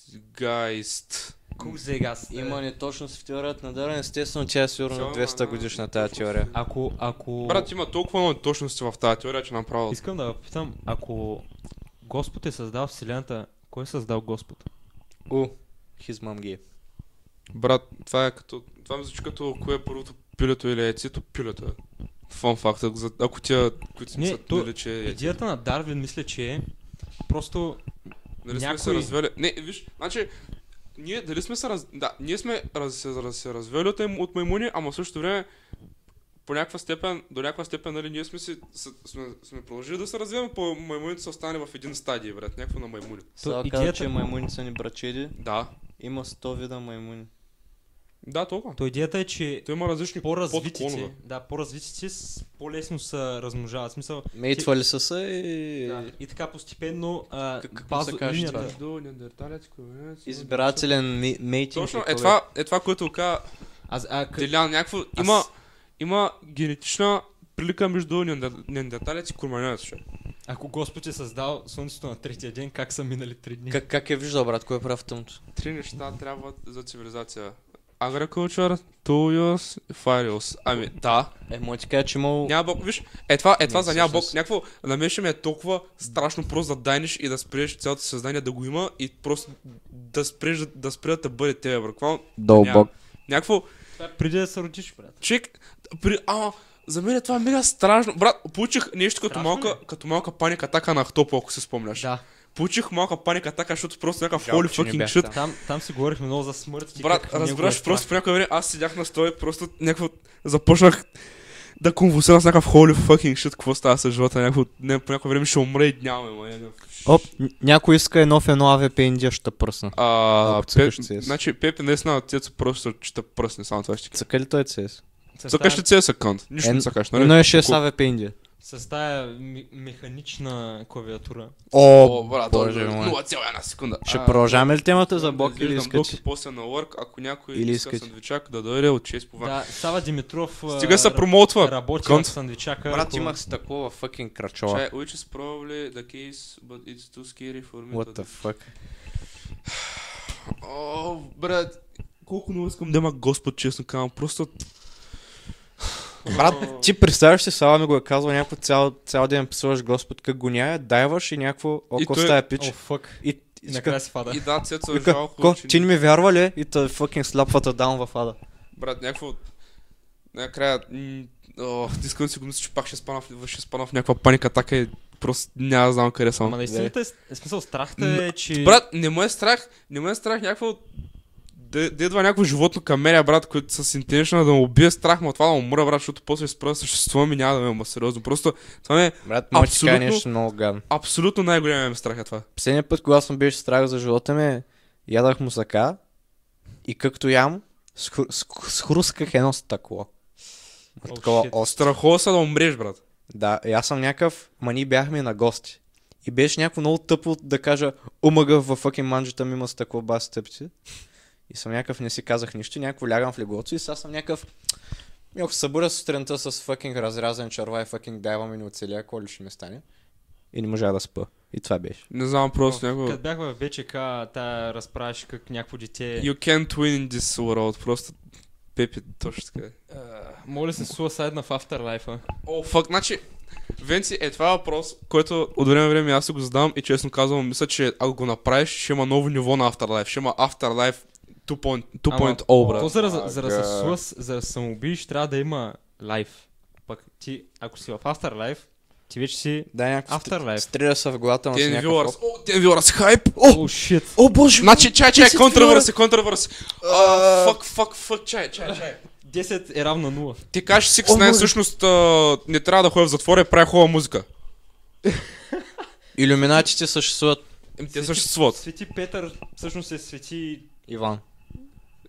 Курсгайст.
Кузегас.
е.
Има неточност в теорията на Дарвин, естествено тя е сигурно
Цяло,
200
ама,
годишна тази
точно
теория.
си.
Ако, ако...
Брат, има толкова много точности в тази теория, че направо...
Искам да ви питам, ако Господ е създал Вселената, кой е създал Господ?
У, хизмам ги. е.
Брат, това е като... Това ми звучи като кое е първото пилето или яйцето, пилето е. Фан факт, ако за- ако тия, които
Не,
сме
то-
нали, че е яйце.
Идеята на Дарвин мисля, че е просто
Нали сме се
някой-
развели... Не, виж, значи... Ние, дали сме се раз... Да, ние сме раз... се, раз... се развели от, ем- от маймуни, ама в същото време по някаква степен, до някаква степен, нали, ние сме, си, с- сме, сме продължили да се развиваме, по маймуните са останали в един стадий, брат, някакво на маймуни.
Сега
То
каза,
идеята-
че маймуни са ни брачеди.
Да,
Има 100 вида маймуни.
да, толкова.
То идеята е, че
Той има различни
по-развитите,
подклонове.
да, по-развитите с- по-лесно се размножават. В Смисъл,
Мейтвали са се и...
да, и така постепенно а,
Как- какво
базо,
се каже
линията.
това?
До неандерталец, кореец,
Избирателен ми- мейтинг.
Точно,
какво
е това, е това, което каза
А, а, къ...
Делян, някакво...
Аз-
Има, има генетична прилика между неандер- неандерталец и курманец.
Ако Господ е създал Слънцето на третия ден, как са минали три дни?
Как, как е виждал, брат, кой е прав тъмто?
Три неща трябват за цивилизация. Agriculture, Tools, Farios. Ами, да.
Е, мога ти кажа, че имал...
Няма бог, виж, е това, е това
Не,
за няма бог.
всъщност.
Някакво, на мен ще ми е толкова страшно просто да дайнеш и да спреш цялото съзнание да го има и просто да спреш да, да спре да те бъде тебе, бро. Какво? Няма. Някакво,
Това е преди да се родиш, брат.
Чек, при... Ама, за мен това е мега страшно. Брат, получих нещо като
Страшно
малка,
ли
като малка паника атака на Ахтопо, ако се спомняш.
Да.
Получих малка паника атака, защото просто някакъв
Жалко,
holy
че не
fucking
бях
shit.
там.
Там, там си говорихме много за смърт. и
Брат,
как него е
разбираш, просто
страх.
по някое време аз седях на стоя и просто някакво започнах да конвулсирам с някакъв holy fucking shit, какво става с живота, някакво, не, по някое време ще умре и нямаме, ма, е, някакъв-
Оп, н- някой иска едно в едно АВП Индия ще пръсна.
А,
Ако цъкаш е.
Пеп-
CS.
значи Пепи наистина цецо просто чета пръсни, само това ще ти кажа.
Цъка ли той CS?
Цъкаш ли CS аккаунт? Нищо не
Ен-
цъкаш, нали?
Едно е 6
Ку-
АВП Индия.
С тая ме- механична клавиатура.
О, брат, е
боже мой.
0,1 секунда.
Ще
А,
продължаваме ли темата за бог
да
или
изглеждам
искате?
Бог и после на лърк, ако някой
Или
иска
искате?
сандвичак, да дойде от 6 по време.
Да, Сава Димитров а,
Стига се
ра-
промоутва.
работи
Конт.
в сандвичака.
Брат,
ако-
имах си такова fucking крачова.
Чай, which is probably the case, but it's too scary for me.
What
to
the fuck?
do. О, Oh, брат, колко много искам да има Господ, честно казвам. Просто...
Брат, ти представяш си, Сава ми го е казал, някакво цял, цял ден писуваш Господ, как го няма, дайваш и някакво, о,
И
ко
той-
стая
О,
пич.
фък.
И,
И
и
накрая си фада.
И да, Цецо е
Вика,
жалко,
ко,
че...
ти не ми вярва ли? И той fucking слапвата даун в ада.
Брат, някакво... Накрая... м, Ох, искам да си го мисля, че пак ще спана в, ще спана в някаква паника атака и просто няма да знам къде съм.
Ама наистина е, е смисъл страхта е, че...
Брат, не му е страх, не му е страх някакво... Да, да идва някакво животно към мен, брат, което с интеншън да му убие страх, ма това да умра, брат, защото после ще спра да съществувам и няма да ме има сериозно. Просто това не е
Брат, мога ти кажа
Абсолютно.
нещо много гадно.
абсолютно най-големия ми страх е това.
Последния път, когато съм беше страх за живота ми, ядах мусака и както ям, схру- сх- схрусках едно стъкло.
О,
Такова
shit.
остро.
Страхува се да умреш, брат.
Да, и аз съм някакъв, ма ние бяхме на гости. И беше някакво много тъпо да кажа, умъга във fucking манджата ми има стъкло бас стъпци. И съм някакъв, не си казах нищо, някакво лягам в легото и сега съм някакъв... Ми, ако се събудя сутринта с fucking разрязан чарва и fucking дайвам и не оцеля, какво ли ще ми стане? И не можа да спа. И това беше.
Не знам, просто
О,
някакво...
Като бях в БЧК, тая разправяше как някакво дете...
You can't win in this world, просто... Пепи, точно така. е.
Моля се суасайдна в Afterlife.
О, фак, значи, Венци, е това е въпрос, който от време на време аз си го задавам и честно казвам, мисля, че ако го направиш, ще има ново ниво на Afterlife. Ще има Afterlife 2.0, oh, брат.
То за, да-
Ага.
за, да се суас, за да се самоубиеш, трябва да има лайф. Пък ти, ако си в Afterlife, ти вече си...
Да, някакво
Afterlife.
Afterlife. стрира се в главата му с
Ten
някакъв...
viewers. О, ten viewers, хайп.
О,
О,
shit!
О, боже!
значи, чай, чай,
10
контравърси, контравърси.
А.
Фак, фак, фак, чай, чай, чай.
10 е равно 0.
Ти кажеш
О,
6 9
боже.
всъщност а, не трябва да ходи в затвора и прави хубава музика.
Иллюминатите съществуват,
Ем, Те съществуват.
Свети Петър всъщност е свети...
Иван.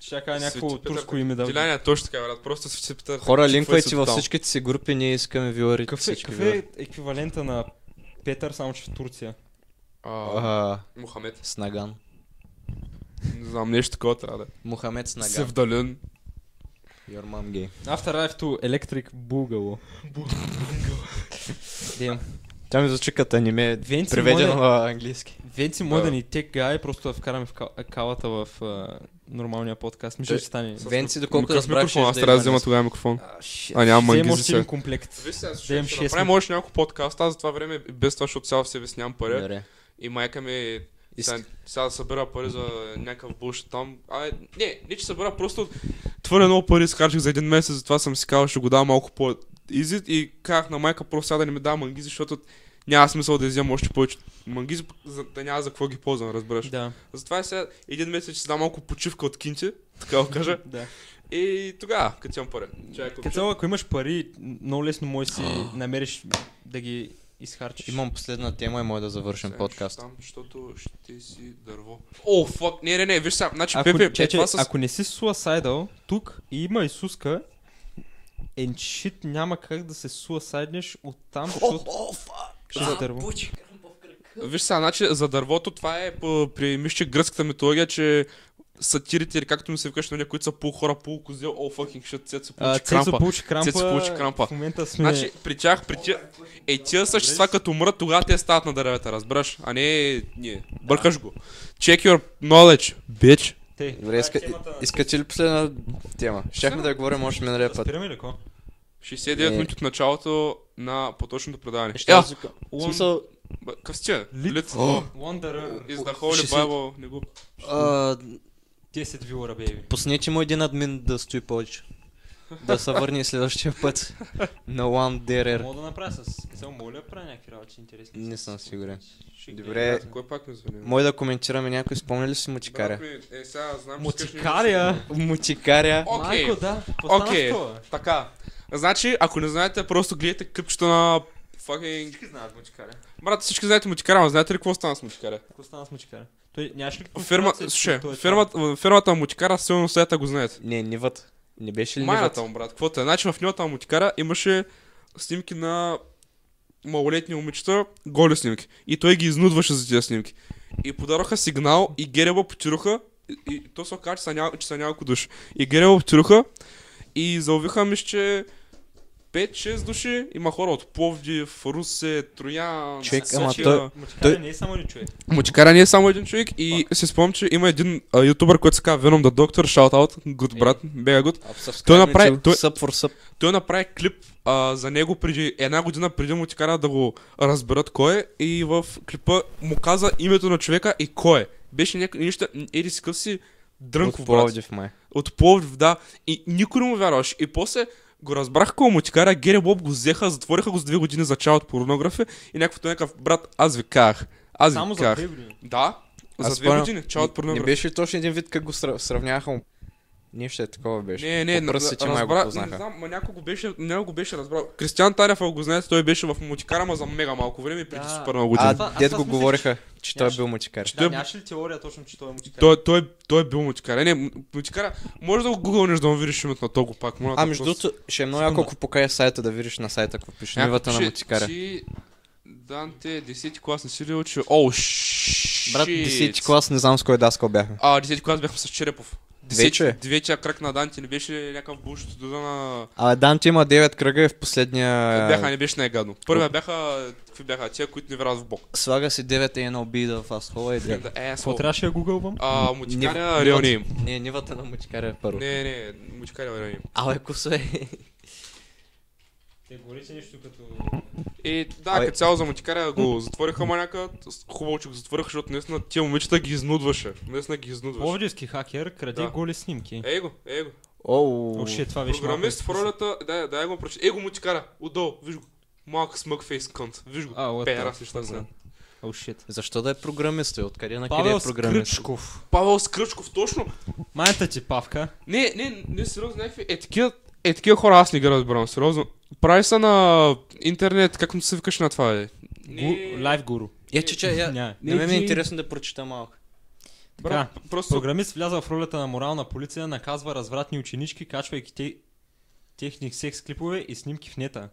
Чака някакво
Свети Петър,
турско име да...
Деляния, точно така, брат. Просто се питат.
Хора,
какво е
линквайте във
светотално.
всичките си групи, ние искаме вилари.
Какъв е, какъв е еквивалента на Петър, само че в Турция?
А,
А,
Мохамед.
Снаган.
Не знам, нещо такова трябва да е.
Мохамед Снаган.
Севдалин.
Your mom gay.
After I've to Electric Boogaloo. Damn.
Тя ми звучи като аниме,
Венци,
преведено
моля-
на английски.
Венци е Моден и Tech Guy просто да вкараме в кал- калата в а, нормалния подкаст. Мисля,
Е,
че стане.
Венци, доколкото
Какъв
разбрах, ще
микрофон? Аз трябва да взема тогава микрофон. А, няма манги
Взем
за
още
сега.
един комплект.
Виж сега,
Взем
ще, ще
шест
направим още няколко подкаста, аз за това време без това, защото сега в себе си нямам пари.
Добре.
И майка ми сега, сега да събира пари за някакъв буш там. А, не, не че събира, просто твърде много пари изхарчих за един месец, затова съм си казал, ще го дам малко по изи и казах на майка просто сега да не ми дава манги, защото няма смисъл да изям още повече манги, за да няма за какво ги ползвам, разбираш. Да.
Да,
Затова сега един месец ще си дам малко почивка от кинти, така го кажа.
да.
И тогава, като имам пари. Чакай,
Като цяло, ако имаш пари, много лесно можеш си намериш да ги изхарчиш.
Имам последна тема и може да завършим
Сега
подкаст.
ще Там, защото ще си дърво. О, фак, не, не, не, виж сега, значи
Ако,
Пепе,
че,
е,
че,
това с...
ако не си суасайдал, тук и има Исуска, and shit няма как да се суасайднеш от там, защото ще се дърво.
Виж сега, значи за дървото това е по, при мисля, гръцката митология, че сатирите или както ми се викаш на някои, които са пол хора, пол козел, о, fucking shit, цет се
А,
получи
Цецо
крампа.
получи крампа.
Цецо получи крампа.
В момента сме...
Значи при тях, при тия... Е, тия същества като умрат, тогава те стават на дървета, разбираш? А не ние. Бъркаш го. Check your knowledge, bitch.
Те.
Добре, иска,
Значи,
искате ли последна тема? Щяхме да я говорим още миналия път.
Спираме ли ко?
69
Е.
минути от началото на поточното предаване.
Ще
Е,
аз
а,
викам. В
Лон-
смисъл,
б- къв сте?
Лит.
Лит.
Wonder
Is the holy
60.
Bible, не го...
А,
10 вилора, бейби.
Пуснете му един админ да стои повече.
да се върне следващия път на One Derer.
Мога да направя с... Само моля да правя някакви работи интересни.
Е, Не съм сигурен.
Ще ги
Добре.
гледам.
Кой пак ми звъни?
Може да коментираме някой, спомня ли си мутикаря?
Брат ми, Е, сега знам, че искаш ми-
Мотикаря.
Мутикаря.
Окей.
Майко, да. Постана
Окей,
такова.
така. Значи, ако не знаете, просто гледайте къпчето на fucking...
Всички знаят мотикаря.
Брат, всички знаете мутикара, но знаете ли какво стана с мутикара?
Какво стана с мотикаря? Той нямаше ли...
Фирма,
конспирация, че
слушай,
той е
фирмата, фирмата на мутикара силно след го знаете.
Не, нивът. Не беше ли нивът?
Майната му, брат, каквото е. Значи в нивата на мутикара имаше снимки на малолетни момичета, голи снимки. И той ги изнудваше за тези снимки. И подароха сигнал и Гереба потируха. И, и то се оказа, че са, нял, че са няколко души. И Гереба потируха. И заловиха ми, че 5-6 души има хора от Пловдив, Русе, Троян,
Човек,
София.
ама той-
там. Мотикаря
той-
не е само един човек.
Мочкара не е само един човек и се спомням, че има един а, ютубър, който се казва Venom the Doctor, shout out, good
Е.
брат, бега good. Той направи- той-
Съп for съп.
Той направи клип а, за него преди една година, преди му ти кара да го разберат кой е и в клипа му каза името на човека и кой е. Беше някакъв нещо, еди си къв си дрънков
От
брат.
Пловдив май.
От Пловдив, да. И никой не му вярваше. И после го разбрах колко му ти кара, Гери Боб го взеха, затвориха го с две години за чал от порнография и някакво той някакъв брат, аз ви казах. Аз
Само
ви
за
казах.
две години.
Да,
Аз
за две
спомням,
години, чал от
Не, не
порнография.
беше ли точно един вид, как го сра- сравняваха му? Нещо е такова беше.
Не, не,
По
на-
пръстите
на-
май го
разбра- Не
познаха.
знам, ма някой го беше, някой го беше разбрал. Кристиан Тарев, ако го знаете, той беше в Мутикара, ма за мега малко време и преди
Да.
супер много
А,
години.
това- аз
дед
това
го
мислех, че-
говориха, че той е
нямаше-
бил мутикар.
той-
Да, нямаше ли теория точно, че той е мотикаря?
Той, той, той е бил Мутикара. Не, Му- Мутикара, може да го гугълнеш да му видиш името на Того пак. Моля,
А, между другото, ще е много яко, ако покажеш сайта да видиш на сайта какво пише. Нивата на мутикаря.
Ти, Данте, 10 клас не си ли учил? О, шит.
Брат, 10 клас, не знам с кой даскал бяхме.
А, 10 клас бяхме с Черепов.
Вече?
Деветия кръг на Данте не беше ли някакъв буш от дода на...
А, Данте има 9 кръга и в последния...
Бяха, не беше най-гадно. Първия бяха, какви бяха, тия, които не вярват в Бог.
Слага си 9 и една обида в асхола и
Да, е,
Какво трябваше да гугълвам?
А,
Нив-
мутикаря реални им.
Не, нивата на мутикаря е първо.
Не, не, мутикаря реални им.
Абе, косове.
Те говорите нещо като...
И да,
Абе.
като цяло за мутикаря го затвориха маняка. с- Хубаво, че го затвориха, защото наистина тия момичета ги изнудваше. Наистина ги изнудваше.
Пловдивски хакер краде
Да.
голи снимки.
Ей го, ей го.
Оу.
О, шит, това беше малко
Програмист в
изкусно.
ролята, дай, дай го прочета. Ей го мутикаря, отдолу, виж го. Малък смък фейс кънт, виж го.
А, what
Пера
the
си, ще
fuck,
знам.
О, shit.
Защо да е програмист? бе? Откъде на къде
Павел
е програмист?
Скръчков.
Павел Скръчков, точно.
Майната ти, Павка.
Не, не, не, сериозно, някакви. Е, такива, е, такива хора аз не ги разбирам, сериозно. Прави са на интернет, как му се викаш на това, е.
Гу- Лайв гуру.
Я, Е, че, че, я...
Няма.
Не, ме ми е
Ники.
интересно да прочита малко.
Брат, просто
Програмист влязъл в ролята на морална полиция, наказва развратни ученички, качвайки те... техни секс клипове и снимки в нета.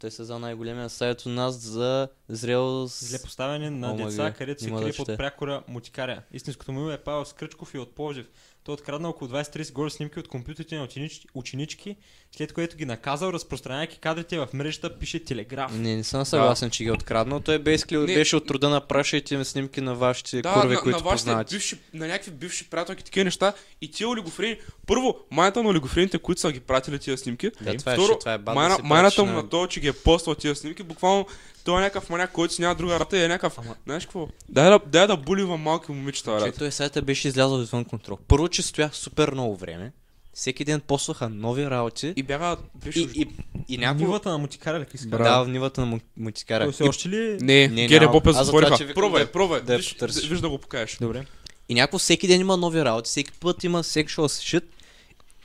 Той се за най-големия сайт у нас за зрел... с-
Зле поставяне на
Омага,
деца, където се
има да
крие
ще.
под прякора мутикаря. Истинското му име е Павел Скръчков и от Пловдив. Той е откраднал около 20-30 горе снимки от компютрите на ученич, ученички, след което ги наказал, разпространяйки кадрите в мрежата, пише Телеграф.
Не, не съм съгласен, че ги е откраднал. Той basically
Не.
беше от труда на прашите снимки на вашите
Да,
курви,
на,
които
на вашите
познавате.
бивши, на някакви бивши приятелки, такива неща. И тия олигофрени, първо, майната на олигофрените, които са ги пратили тия снимки.
Да, това е
Второ,
shit, това е бад да
майна,
си
майната
пратиш
му
на-
на то, че ги е поствал тия снимки, буквално той е някакъв маняк, който си няма друга работа и е някакъв, знаеш какво, дай да, дай да булива малки момичета, брат.
Чето е сайта беше излязъл извън контрол. Първо, че стоя супер много време. Всеки ден послаха нови работи.
И бяга, беше
и, и, и някой...
Нивата на мутикаря ли иска?
Да, в нивата на му- мутикара.
Той все
И-
още ли...
Не,
Не, не Гере
няма.
Бопе
Аз за това, че
затвориха.
викам
Пробвай,
да-
пробвай.
да я
Виж,
потърсиш.
виж да го покажеш.
Добре.
И някакво всеки ден има нови работи, всеки път има sexual shit.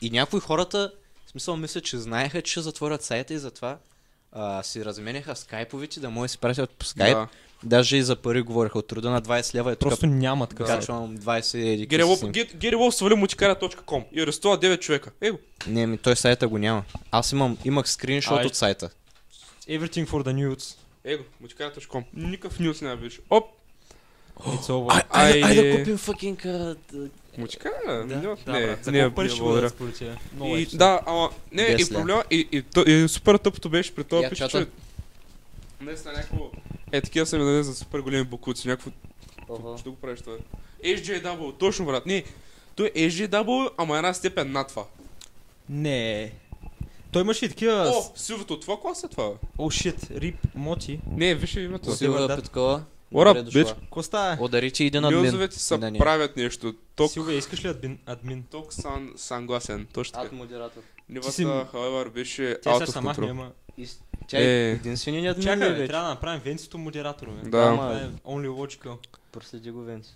И някои хората, в смисъл, мисля, че знаеха, че ще затворят сайта и затова а, си разменяха скайповите, да може да си пратят по скайп. Да.
Да.
Даже и за пари говореха от труда на 20 лева. Е
Просто
Просто
няма така. сайт.
качвам 20 еди.
Гери
къси
Лоб-
снимки.
Ге- Гери Лоб свали мутикара.com и арестува 9 човека. Его,
Не, ми той сайта го няма. Аз имам, имах скриншот
Ай.
от сайта.
Everything for the nudes.
его, мутикара.com. Никакъв нюс няма виж. Оп,
It's over.
Ай,
Айде
е.
да купим факинг... а, да-
мутикара?
Да,
не,
да,
не,
брат, за
Ами, не,
колко пари
не,
ще
благодаря.
бъдат според тебе? Много е
И,
ефтино.
да, ама не, и
Десля.
проблема, и, и, то- и супер тъпото беше при това
Я
пич, че
чата.
днес на някакво... Е, такива са ми даде за супер големи бокуци, някакво... Ще го правиш това. HJW, точно брат, не, той е HJW, ама една степен над това.
Не. Той имаше и такива... oh,
О, силвото, това клас е това? бе?
О, шит, рип, моти.
Не, виж името.
Си- Силва
Силва
да.
Петкова.
What
Добре
up,
дошла.
bitch?
Какво става?
Удари ти
е
един админ.
Мюзовете са
Да, не.
правят нещо. Ток,
Силвия, искаш ли админ? админ?
ток сан, съгласен, точно
Ад
така.
модератор.
си-
Нивата, хавевар, беше
Тя е сега
out of
сама
control.
няма.
Тя е
Е.
единственият админ.
Чакай,
ли
бе,
вече?
трябва да направим Венцито модератор, бе.
Да.
Това е only logical.
Проследи го Венци.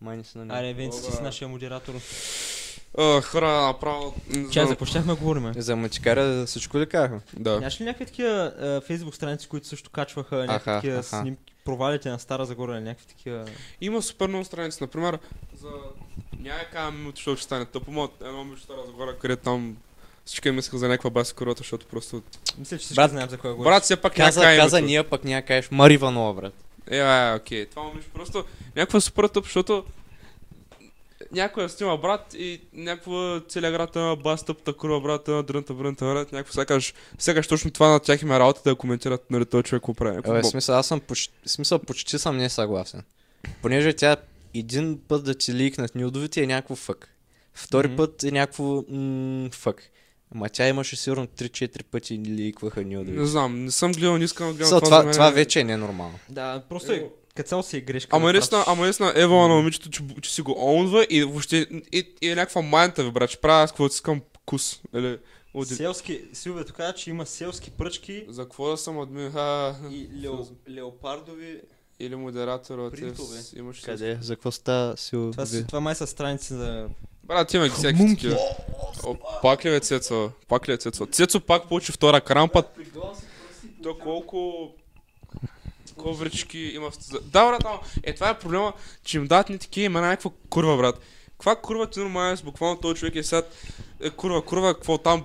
Май не се намира.
Аре, Венци, ти
Оба.
си нашия модератор.
А, Хора, направо... не
Чай,
знам.
за какво щяхме да говорим?
За мъчкара за всичко ли казахме?
Да.
Знаеш ли някакви такива а, фейсбук страници, които също качваха някакви
Аха,
такива
аха.
снимки, провалите на Стара Загора, или някакви такива...
Има супер много страници, например, за... Няма да кажа минуто, защото ще стане тъпо, но едно момичето разговаря, където там всички мислеха за някаква баси корота, защото просто...
Мисля, че всички
Брат,
знаем за кой е говориш.
Брат, все пак няма да
Каза,
кажа
каза
името.
ние, пък ние кажеш Мари Иванова, брат.
Е, а, е, окей. Това момиче просто някаква супер тъп, защото някоя снима брат и някаква целия град е на бас тъпта курва брат, е на дрънта брънта брат, някакво сякаш, сякаш точно това на тях има работа да коментират, нали този човек го прави. Някакво
Абе,
боб.
Е, смисъл, аз съм почти, смисъл, почти съм не съгласен. Понеже тя един път да ти ликнат нюдовите е някакво фък. Втори
Мгм.
път е някакво м- фък. Ма тя имаше сигурно 3-4 пъти ликваха
Не
нюдовите.
знам, не съм гледал, не искам да гледам
Смисъл,
за
това,
мен
това
е-
вече е ненормално.
Да, просто е,
Ево.
като цяло си е грешка.
Ама
да
наистина,
пращаш.
ама наистина Ева на момичето, че, че си го оунва и въобще и, и е някаква майната ви, брат, че правя аз каквото искам кус. нали? Или, от...
Селски, Силвия тук каза, че има селски пръчки
За какво да съм админ? Ха,
и лео, леопардови...
или модератора, ти
Принтове.
с- имаш...
Къде? Е, За какво става сил?
Това, си, това май са страници за...
Брат, има ги всеки
Мумки.
такива. О, Пак ли е Цецо? Пак ли е Цецо? Цецо пак получи втора крампа. То колко... Колко връчки има в... за- Да, брат, ама, е това е проблема, че им дадат ни такива имена, някаква курва, брат. Каква курва ти нормално, буквално този човек е сега... Е, курва, курва, какво там?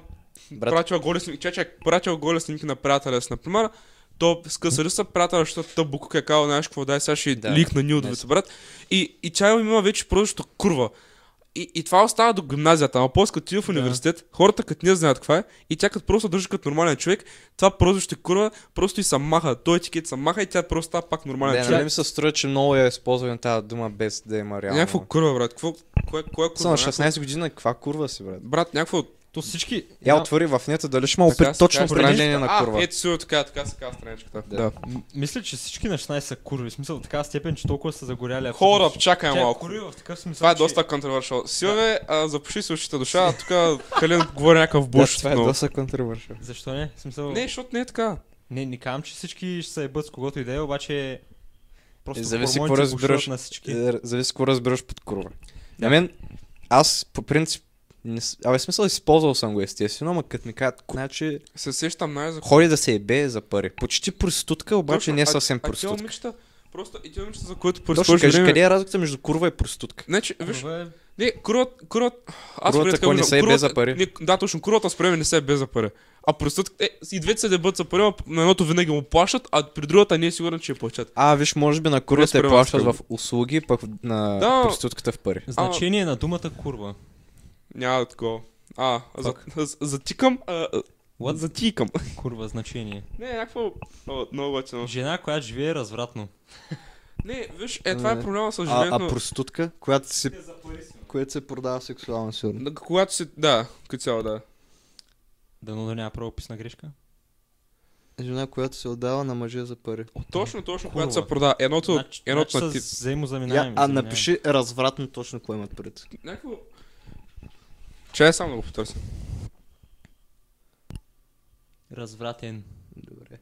Брат.
Пратила голи снимки, чай, чай, пратила голи снимки на приятеля си, например. То скъсали са приятеля, защото тъп Букук е казал, знаеш какво, дай сега ще
Да.
да, лик на нюдовете, брат. И, и тя има вече просто защото курва. И, и това остава до гимназията, ама после като ти в университет, хората като не знаят каква е, и тя като просто държи като нормален човек, това просто ще курва, просто и се маха, той етикет се маха и тя просто става пак нормален
Не,
човек.
нали ми се струва, че много е използвана тази дума без да има реално.
Някакво курва, брат, какво, кое, кое курва?
Съм на
Някакво-
16 година, каква курва си, брат?
Брат, някакво...
То всички...
Я
Да,
отвори в нета, дали ще има опит
се
точно
казва.
определение на
А,
курва.
ето си, така, така се казва страничката.
Да.
Да. да.
м- Мисля, че всички на 16 са курви. В смисъл в такава степен, че толкова са загоряли.
Hold
абсолютно.
up, чакай
Тя е
малко.
курви в такъв смисъл,
Това е
значи-
че-
доста контровършал. Силве, а, запуши си ушите душа, а тук Калин говори някакъв
Да,
буш.
това е
но-
доста контровършал.
Защо не? В Смисъл...
Не, защото не е така.
Не, не казвам, че всички ще се ебат с когото и да е, обаче... Просто
Е, зависи
хормоните
какво
бушуват
разбираш.
на всички.
Е, Зависи какво разбираш под курва. На мен, аз по принцип, не, с- абе смисъл използвал съм го естествено, ама като ми кажат, ку- значи
Се сещам най-за
ходи да се ебе за пари. Почти проститутка, обаче
Точно,
не е
а-
съвсем
А тия
проститутка.
момичета, Просто и те момичета, за които през
Точно
повече
кажи,
време...
къде е разликата между курва и простутка?
Значи, виж,
Това е...
не, курот, курот, аз
Курвата,
преди
ако не
казвам,
се е без
курвата-
за пари.
Не, да, точно, курата спреме не се е без за пари. А простът, е, и двете се дебат за пари, а на едното винаги му плащат, а при другата не е сигурен, че я плащат.
А, виж, може би на
Курва
курвата
спрямо
я плащат
разпрямо.
в услуги, пък на
Да.
простутката в пари.
Значение на думата курва.
Няма такова. А, за, за, затикам, а, а,
What?
затикам.
Курва значение.
Не, някакво много- много готино.
Жена, която живее развратно.
Не, виж, е, това е
Не.
проблема с
А,
живеенето.
а простутка, която се, която се продава сексуално сигурно.
Да, Когато си, да, като цяло да.
Дано да няма правописна грешка.
Жена, която се отдава на мъже за пари.
Точно, точно,
Курва.
когато се продава. Едното,
Значи,
едното
значи
на
са
тип.
взаимозаминаеми.
Я, а
заминаеми.
напиши развратно точно кое имат пред.
Някакво... Чай само да го потърся.
Развратен.
Добре.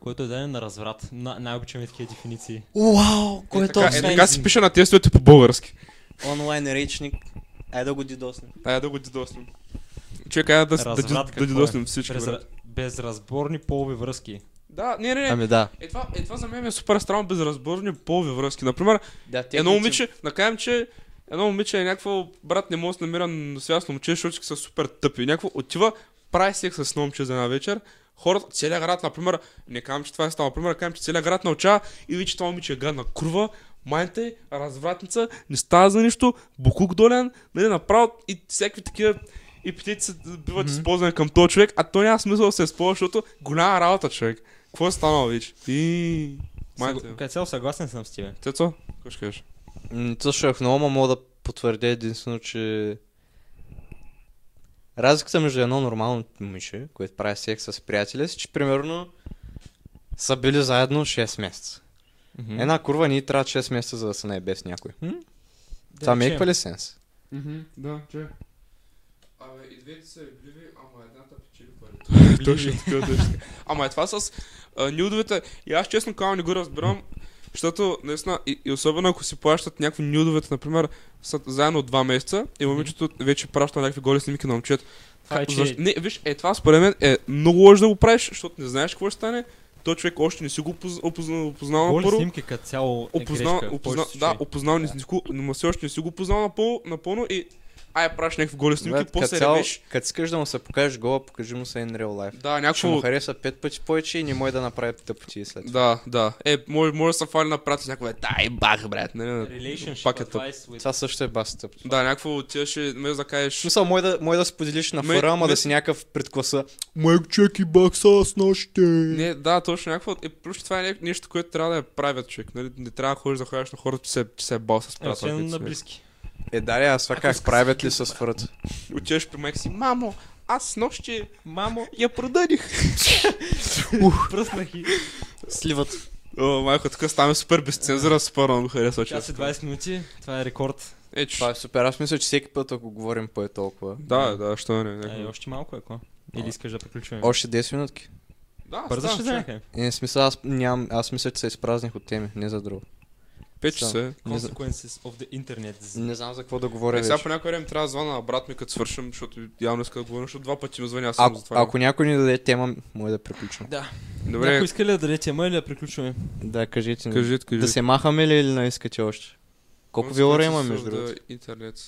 Който е даден на разврат. На, най-обичаме такива дефиниции.
Уау, кой е
Така, е,
този
така си пише на тестовете по български.
онлайн речник? Айде да го дидоснем.
Айде да го дидоснем. Човек, айде да, да,
Разврат
да,
какво
да
е?
дидоснем всички.
Без,
брат.
безразборни полови връзки.
Да, не, не, не.
Ами да.
Е, това, е, това за мен е супер странно безразборни полови връзки. Например,
Да, е техните-
едно момиче, да кажем, че едно момиче е някакво, брат, не може да се намира на свят с момче, защото са супер тъпи. Някакво отива, прави секс с едно момче за една вечер, хората, целият град, например, не казвам, че това е станало, например, казвам, че целият град научава и вече това момиче е гадна курва, майната е, развратница, не става за нищо, букук долен, нали, направо и всякакви такива епитети се биват използвани към този човек, а то няма смисъл да се използва, защото голяма работа човек. Какво е станало вече? И... Майната.
Съг... Като цяло съгласен съм с тебе.
Цецо, какво ще кажеш?
М, Също е много, но мога да потвърдя единствено, че разликата между едно нормално момиче, което прави секс с приятеля си, че примерно са били заедно 6 месеца.
Мгм.
Една курва ни трябва 6 месеца, за да се наебе с някой.
Да
Това е
речем.
мейква ли сенс?
Мгм, да, че. Абе, и двете са любливи, ама едната печели
Любливи.
пари. Точно така, точно така. Ама е това с а, нюдовете, и аз честно казвам не го разбирам, защото наистина, и, и особено ако си плащат някакви нюдовете, например, са заедно два месеца и момичето вече праща някакви голи снимки на момчето.
Това е, че...
Защо- Не, виж, е това според мен е много лошо да го правиш, защото не знаеш какво ще стане. То човек още не си го опоз- опознал, опознал
Голи
напърво.
снимки като цяло е
Опознал,
грешка. в
опознал,
повечето
да,
случаи.
опознал, не си го, но все още не си го познал напълно, напълно и ай, праш някакви голи снимки,
Брат,
после
като цяло,
ревеш.
Като искаш да му се покажеш гола, покажи му се in real life.
Да,
Ще му
някакво...
хареса пет пъти повече и не може да направи тъпоти след това.
Да, да. Е, може, може да се фали на прат с някаква, дай бах, брат, не, не,
Relationship
пак е тъп.
advice with...
Това също е бас тъпо.
Да, някакво отиваше, вместо да
В
кажеш...
смисъл, може да, може да споделиш на
Ме-
фъра, ама
ме-
да си някакъв пред класа. Майк, чеки бакса с нощите.
Не, да, точно някакво. Е, плюс че това е ня- нещо, което трябва да я правят човек. Нали? Не трябва да ходиш да ходиш на хората, че се, че се е бал с
Е,
прата.
Освен на близки.
Е, да, аз това как правят ли с фърт?
Отиваш при майка си, мамо, аз с нощи
Мамо,
я продадих.
пръснах и...
Сливат.
О, майко, така ставаме супер без цензура, супер много ми харесва.
Час и
честно.
20 минути. Това е рекорд.
Е, че...
Това е супер. Аз мисля, че всеки път, ако говорим по е толкова.
Да, да, що не.
Ай,
някакво.
още малко е, ко? Или искаш да
Е.
приключваме?
Още 10 минутки.
Да,
Бързо
става,
ще
че.
вземеха.
Е, не, смисъл, аз нямам. Аз мисля, че се изпразних от теми, не за друго.
Пет
Става.
часа. е.
Не за-
Consequences of the internet.
Не знам за какво да говоря
Е, сега
вече.
по някое време трябва да звъна на брат ми, като свършим, защото явно иска да говоря, защото два пъти ми звъня, аз съм
Ако,
затварям.
ако някой ни даде тема, може да приключим.
Добре,
Някой иска ли да даде тема или да приключваме?
Да, кажете. ни.
кажи, кажи. значи
Да се махаме ли или не искате още? Колко ви ора има, между другото?
другото? е Интернет.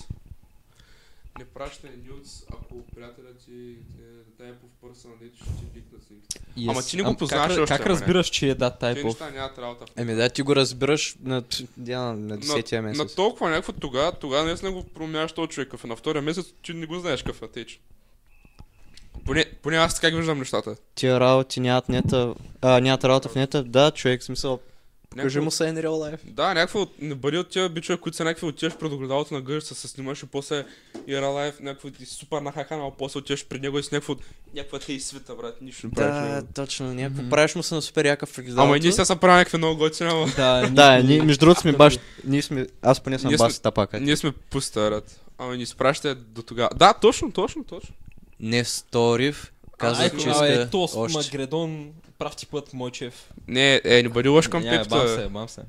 Не пращай нюдс, ако приятелят ти те е по пърса на нито, ще ти пикнат снимките. Ама ти не го
Ам,
познаваш
Как,
още.
как разбираш, че е да
Те
тайпов?
неща нямат работа.
Еми да, ти го разбираш на, на, на 10-я
На
месец.
толкова някакво тогава, тогава наистина го промяваш този човек кафе. На втория месец ти не го знаеш кафе, теч. Поне, поне аз така ги виждам нещата.
Тия работи нямат нета, а, нямат работа в нета. Да, човек, в смисъл, покажи
Някакво-
му се in real life.
Да, някакво от- не бъди от тия бичове, които са някакви отиваш пред огледалото на гъща, се снимаш и после Ира Лайф, някакво ти супер нахакан, а после отиваш при него и с някакво някаква те и свита, брат, нищо не правиш.
Да,
него.
точно, някакво.
Мгм.
Правиш му се на супер яка в огледалото.
Ама и ние сега са правили някакви много готини, ама
Да,
Да, е, ние, между другото сме баш, ние сме, аз поне съм
Ние
баш
сме-
тапака.
ние сме пуста, брат. Ама ни спращате до тогава. Да, точно, точно, точно.
Не сторив,
Казах,
казах,
ето,
че
че е
иска
тост,
още.
Магредон, прав ти път, мой чеф.
Не, е, не бъди лош към
Ня, бам се,
пипта.
бам се.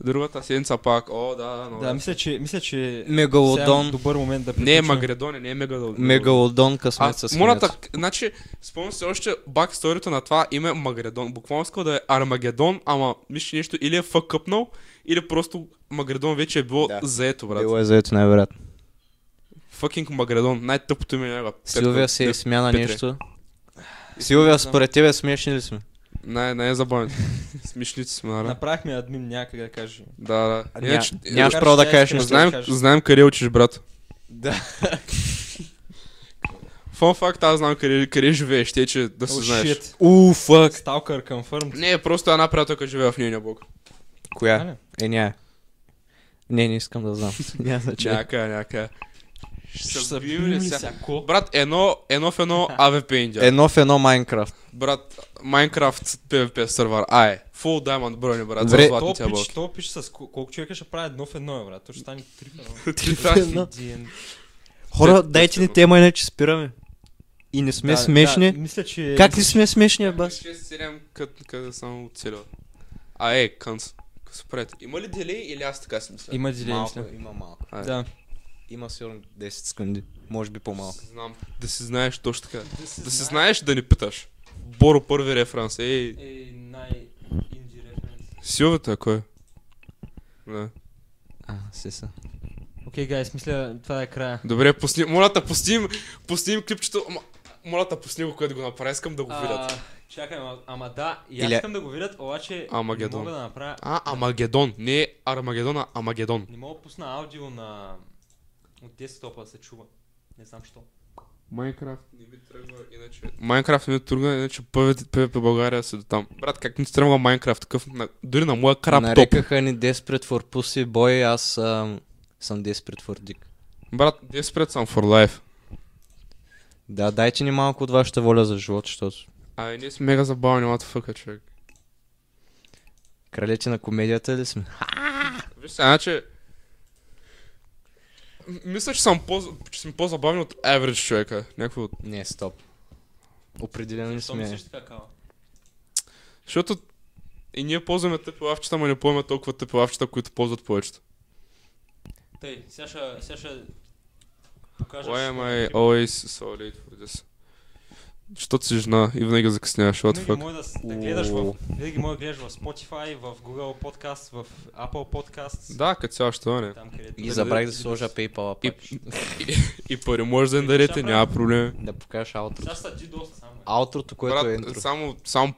Другата седмица пак. О, да, да, много.
Да, мисля, че, мисля, че сега е
Мегалодон.
добър момент да
Не е
приключим.
Магредон, не е Мегалодон.
Мегалодон късмет с
Аз,
свинята.
моната, значи, спомням се още баксторито на това име Магредон. Буквално искал да е Армагедон, ама мисля, че нещо или е фъкъпнал, или просто Магредон вече е било
Да.
заето, брат.
Било е заето най-вероятно.
Фъкинг Магредон, най-тъпото име на него.
Силвия се
се
смяна
Петре.
нещо. Силвия, според тебе смешни ли сме?
Най- най забавен. Смешници сме, да.
Направихме админ някъде да каже.
Да, да.
Ня-
Иначе, е,
Нямаш
да
право да
кажеш,
кажеш
че не
нещо.
знаем,
кажеш.
знаем къде учиш, брат.
Да.
Фон факт, аз знам къде, къде живееш, те, че да се
Oh,
знаеш.
shit.
У, фак.
Сталкър Нали? confirmed.
Не, просто една приятелка живее в нейния блок.
А, не.
Коя? Е, ня. Не, не искам да знам. Няма значение.
Някъде, някъде.
Ще
се
са
бием
били
ли сега?
всяко.
Брат, едно, едно в едно АВП Индия.
Е, Едно в едно Майнкрафт.
Брат, Minecraft PvP сервер. Ае, Full Diamond брони, брат.
Добре.
За
То
златните
пич,
ябълки.
то пич с кол- колко човека ще прави едно в едно, е, брат. То ще стане три в едно. Един.
Хора,
Те-
дайте ни
те-
тема, иначе спираме. И не сме
Да,
смешни.
да, мисля, че...
Как не сме смешни, бас?
6-7, къде, къде само оцелива. А, е, кънс. Спред. Има ли делей или аз така си мисля?
Има дилей, мисля.
има малко.
Ай,
Да.
Има сигурно 10 секунди. Може би по-малко.
Знам. Да си знаеш точно така. Да си знаеш да не питаш. Боро първи референс. Ей,
Е, най-инди референс.
силвата, кой е? Да.
А, се са.
Окей, гайс, мисля, това е края.
Добре, пусни, моля да пустим, пустим клипчето. Ама, моля да пусни го, което го направя, искам да го видят.
А, Чакай, ама, ама да, и аз
Или-
искам да го видят, обаче
е
не
Амагедон.
мога да направя...
А, Амагедон. Не Армагедон, а Амагедон.
Не мога да пусна аудио на... От десктопа да се чува. Не знам що.
Майнкрафт не ми тръгва, иначе... Майнкрафт не ми тръгва, иначе PvP България са до там. Брат, как ни тръгва Майнкрафт такъв, на... дори на моя крап топ.
Нарекаха ни Desperate for Pussy Boy, аз ам, съм Desperate for Dick.
Брат, Desperate съм for life.
Да, дайте ни малко от вашата воля за живот, защото
Абе, ние сме мега забавни, what the fuck, човек.
кралете на комедията ли сме?
Виж сега, значи... М- Мисля, че съм, по, че съм по-забавен от average човека. Някой от...
Не, стоп. Определено не
Защо мислиш
сме.
така, Кала?
Защото и ние ползваме тъпи лавчета, но не ползваме толкова тъпи лавчета, които ползват повечето.
Тъй, сега ще... Сега ще... Покажа...
Why am
е
е
I always so late for this? Защото си жена и винаги закъсняваш, what the
Винаги
fuck.
може да, с- да гледаш в,
Уу.
винаги може да гледаш в Spotify, в Google Podcast, в Apple Podcast.
Да, като цяло ще не.
Там където...
И забравих да си сложа PayPal
И,
пак.
и, и пари може да им дарете, няма проблем.
Да покажеш аутрото.
Сега са G-DOS само. е.
Аутрото, което е интро.
Брат, само, само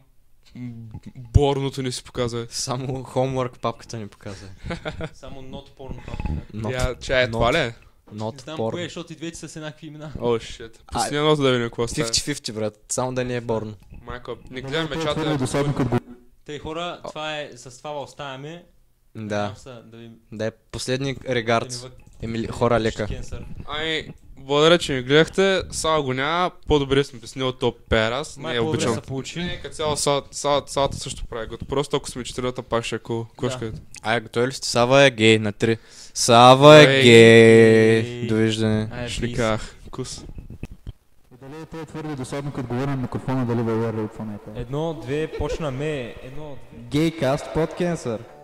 м, борното не си показва.
Само homework папката ни показа.
Само not porn.
Not,
Я, чай, е
not-
това ли е?
Не
not
знам кое,
porn.
защото и двете са с еднакви имена.
О, шит. Пусни едното да видим какво става.
50-50, брат. Само да не е борно.
Майко, не гледам мечата.
Тъй хора, това е, с това оставяме.
Да.
Надявам се Да ви,
Да е последни
да ни
регард.
вък-
Емили, хора лека.
Кенсър.
Ами, благодаря, че ни гледахте. Сава го няма. По-добре сме песни от топ перас.
Май
Не,
по-добре
Е, обичам.
се получи.
Е,
Нека цяло салата също прави год. Просто ако сме четирата, пак ще е кул. Кушкайте.
Ай, готови ли сте? Сава е гей на 3. Сава е
Ей.
гей. Довиждане.
Ай, пис.
Шликах. Кус.
Дали е твърде досадно, като говоря на микрофона, дали във или от фонета?
Едно, две, почнаме. Едно, две.
Гейкаст под кенсър.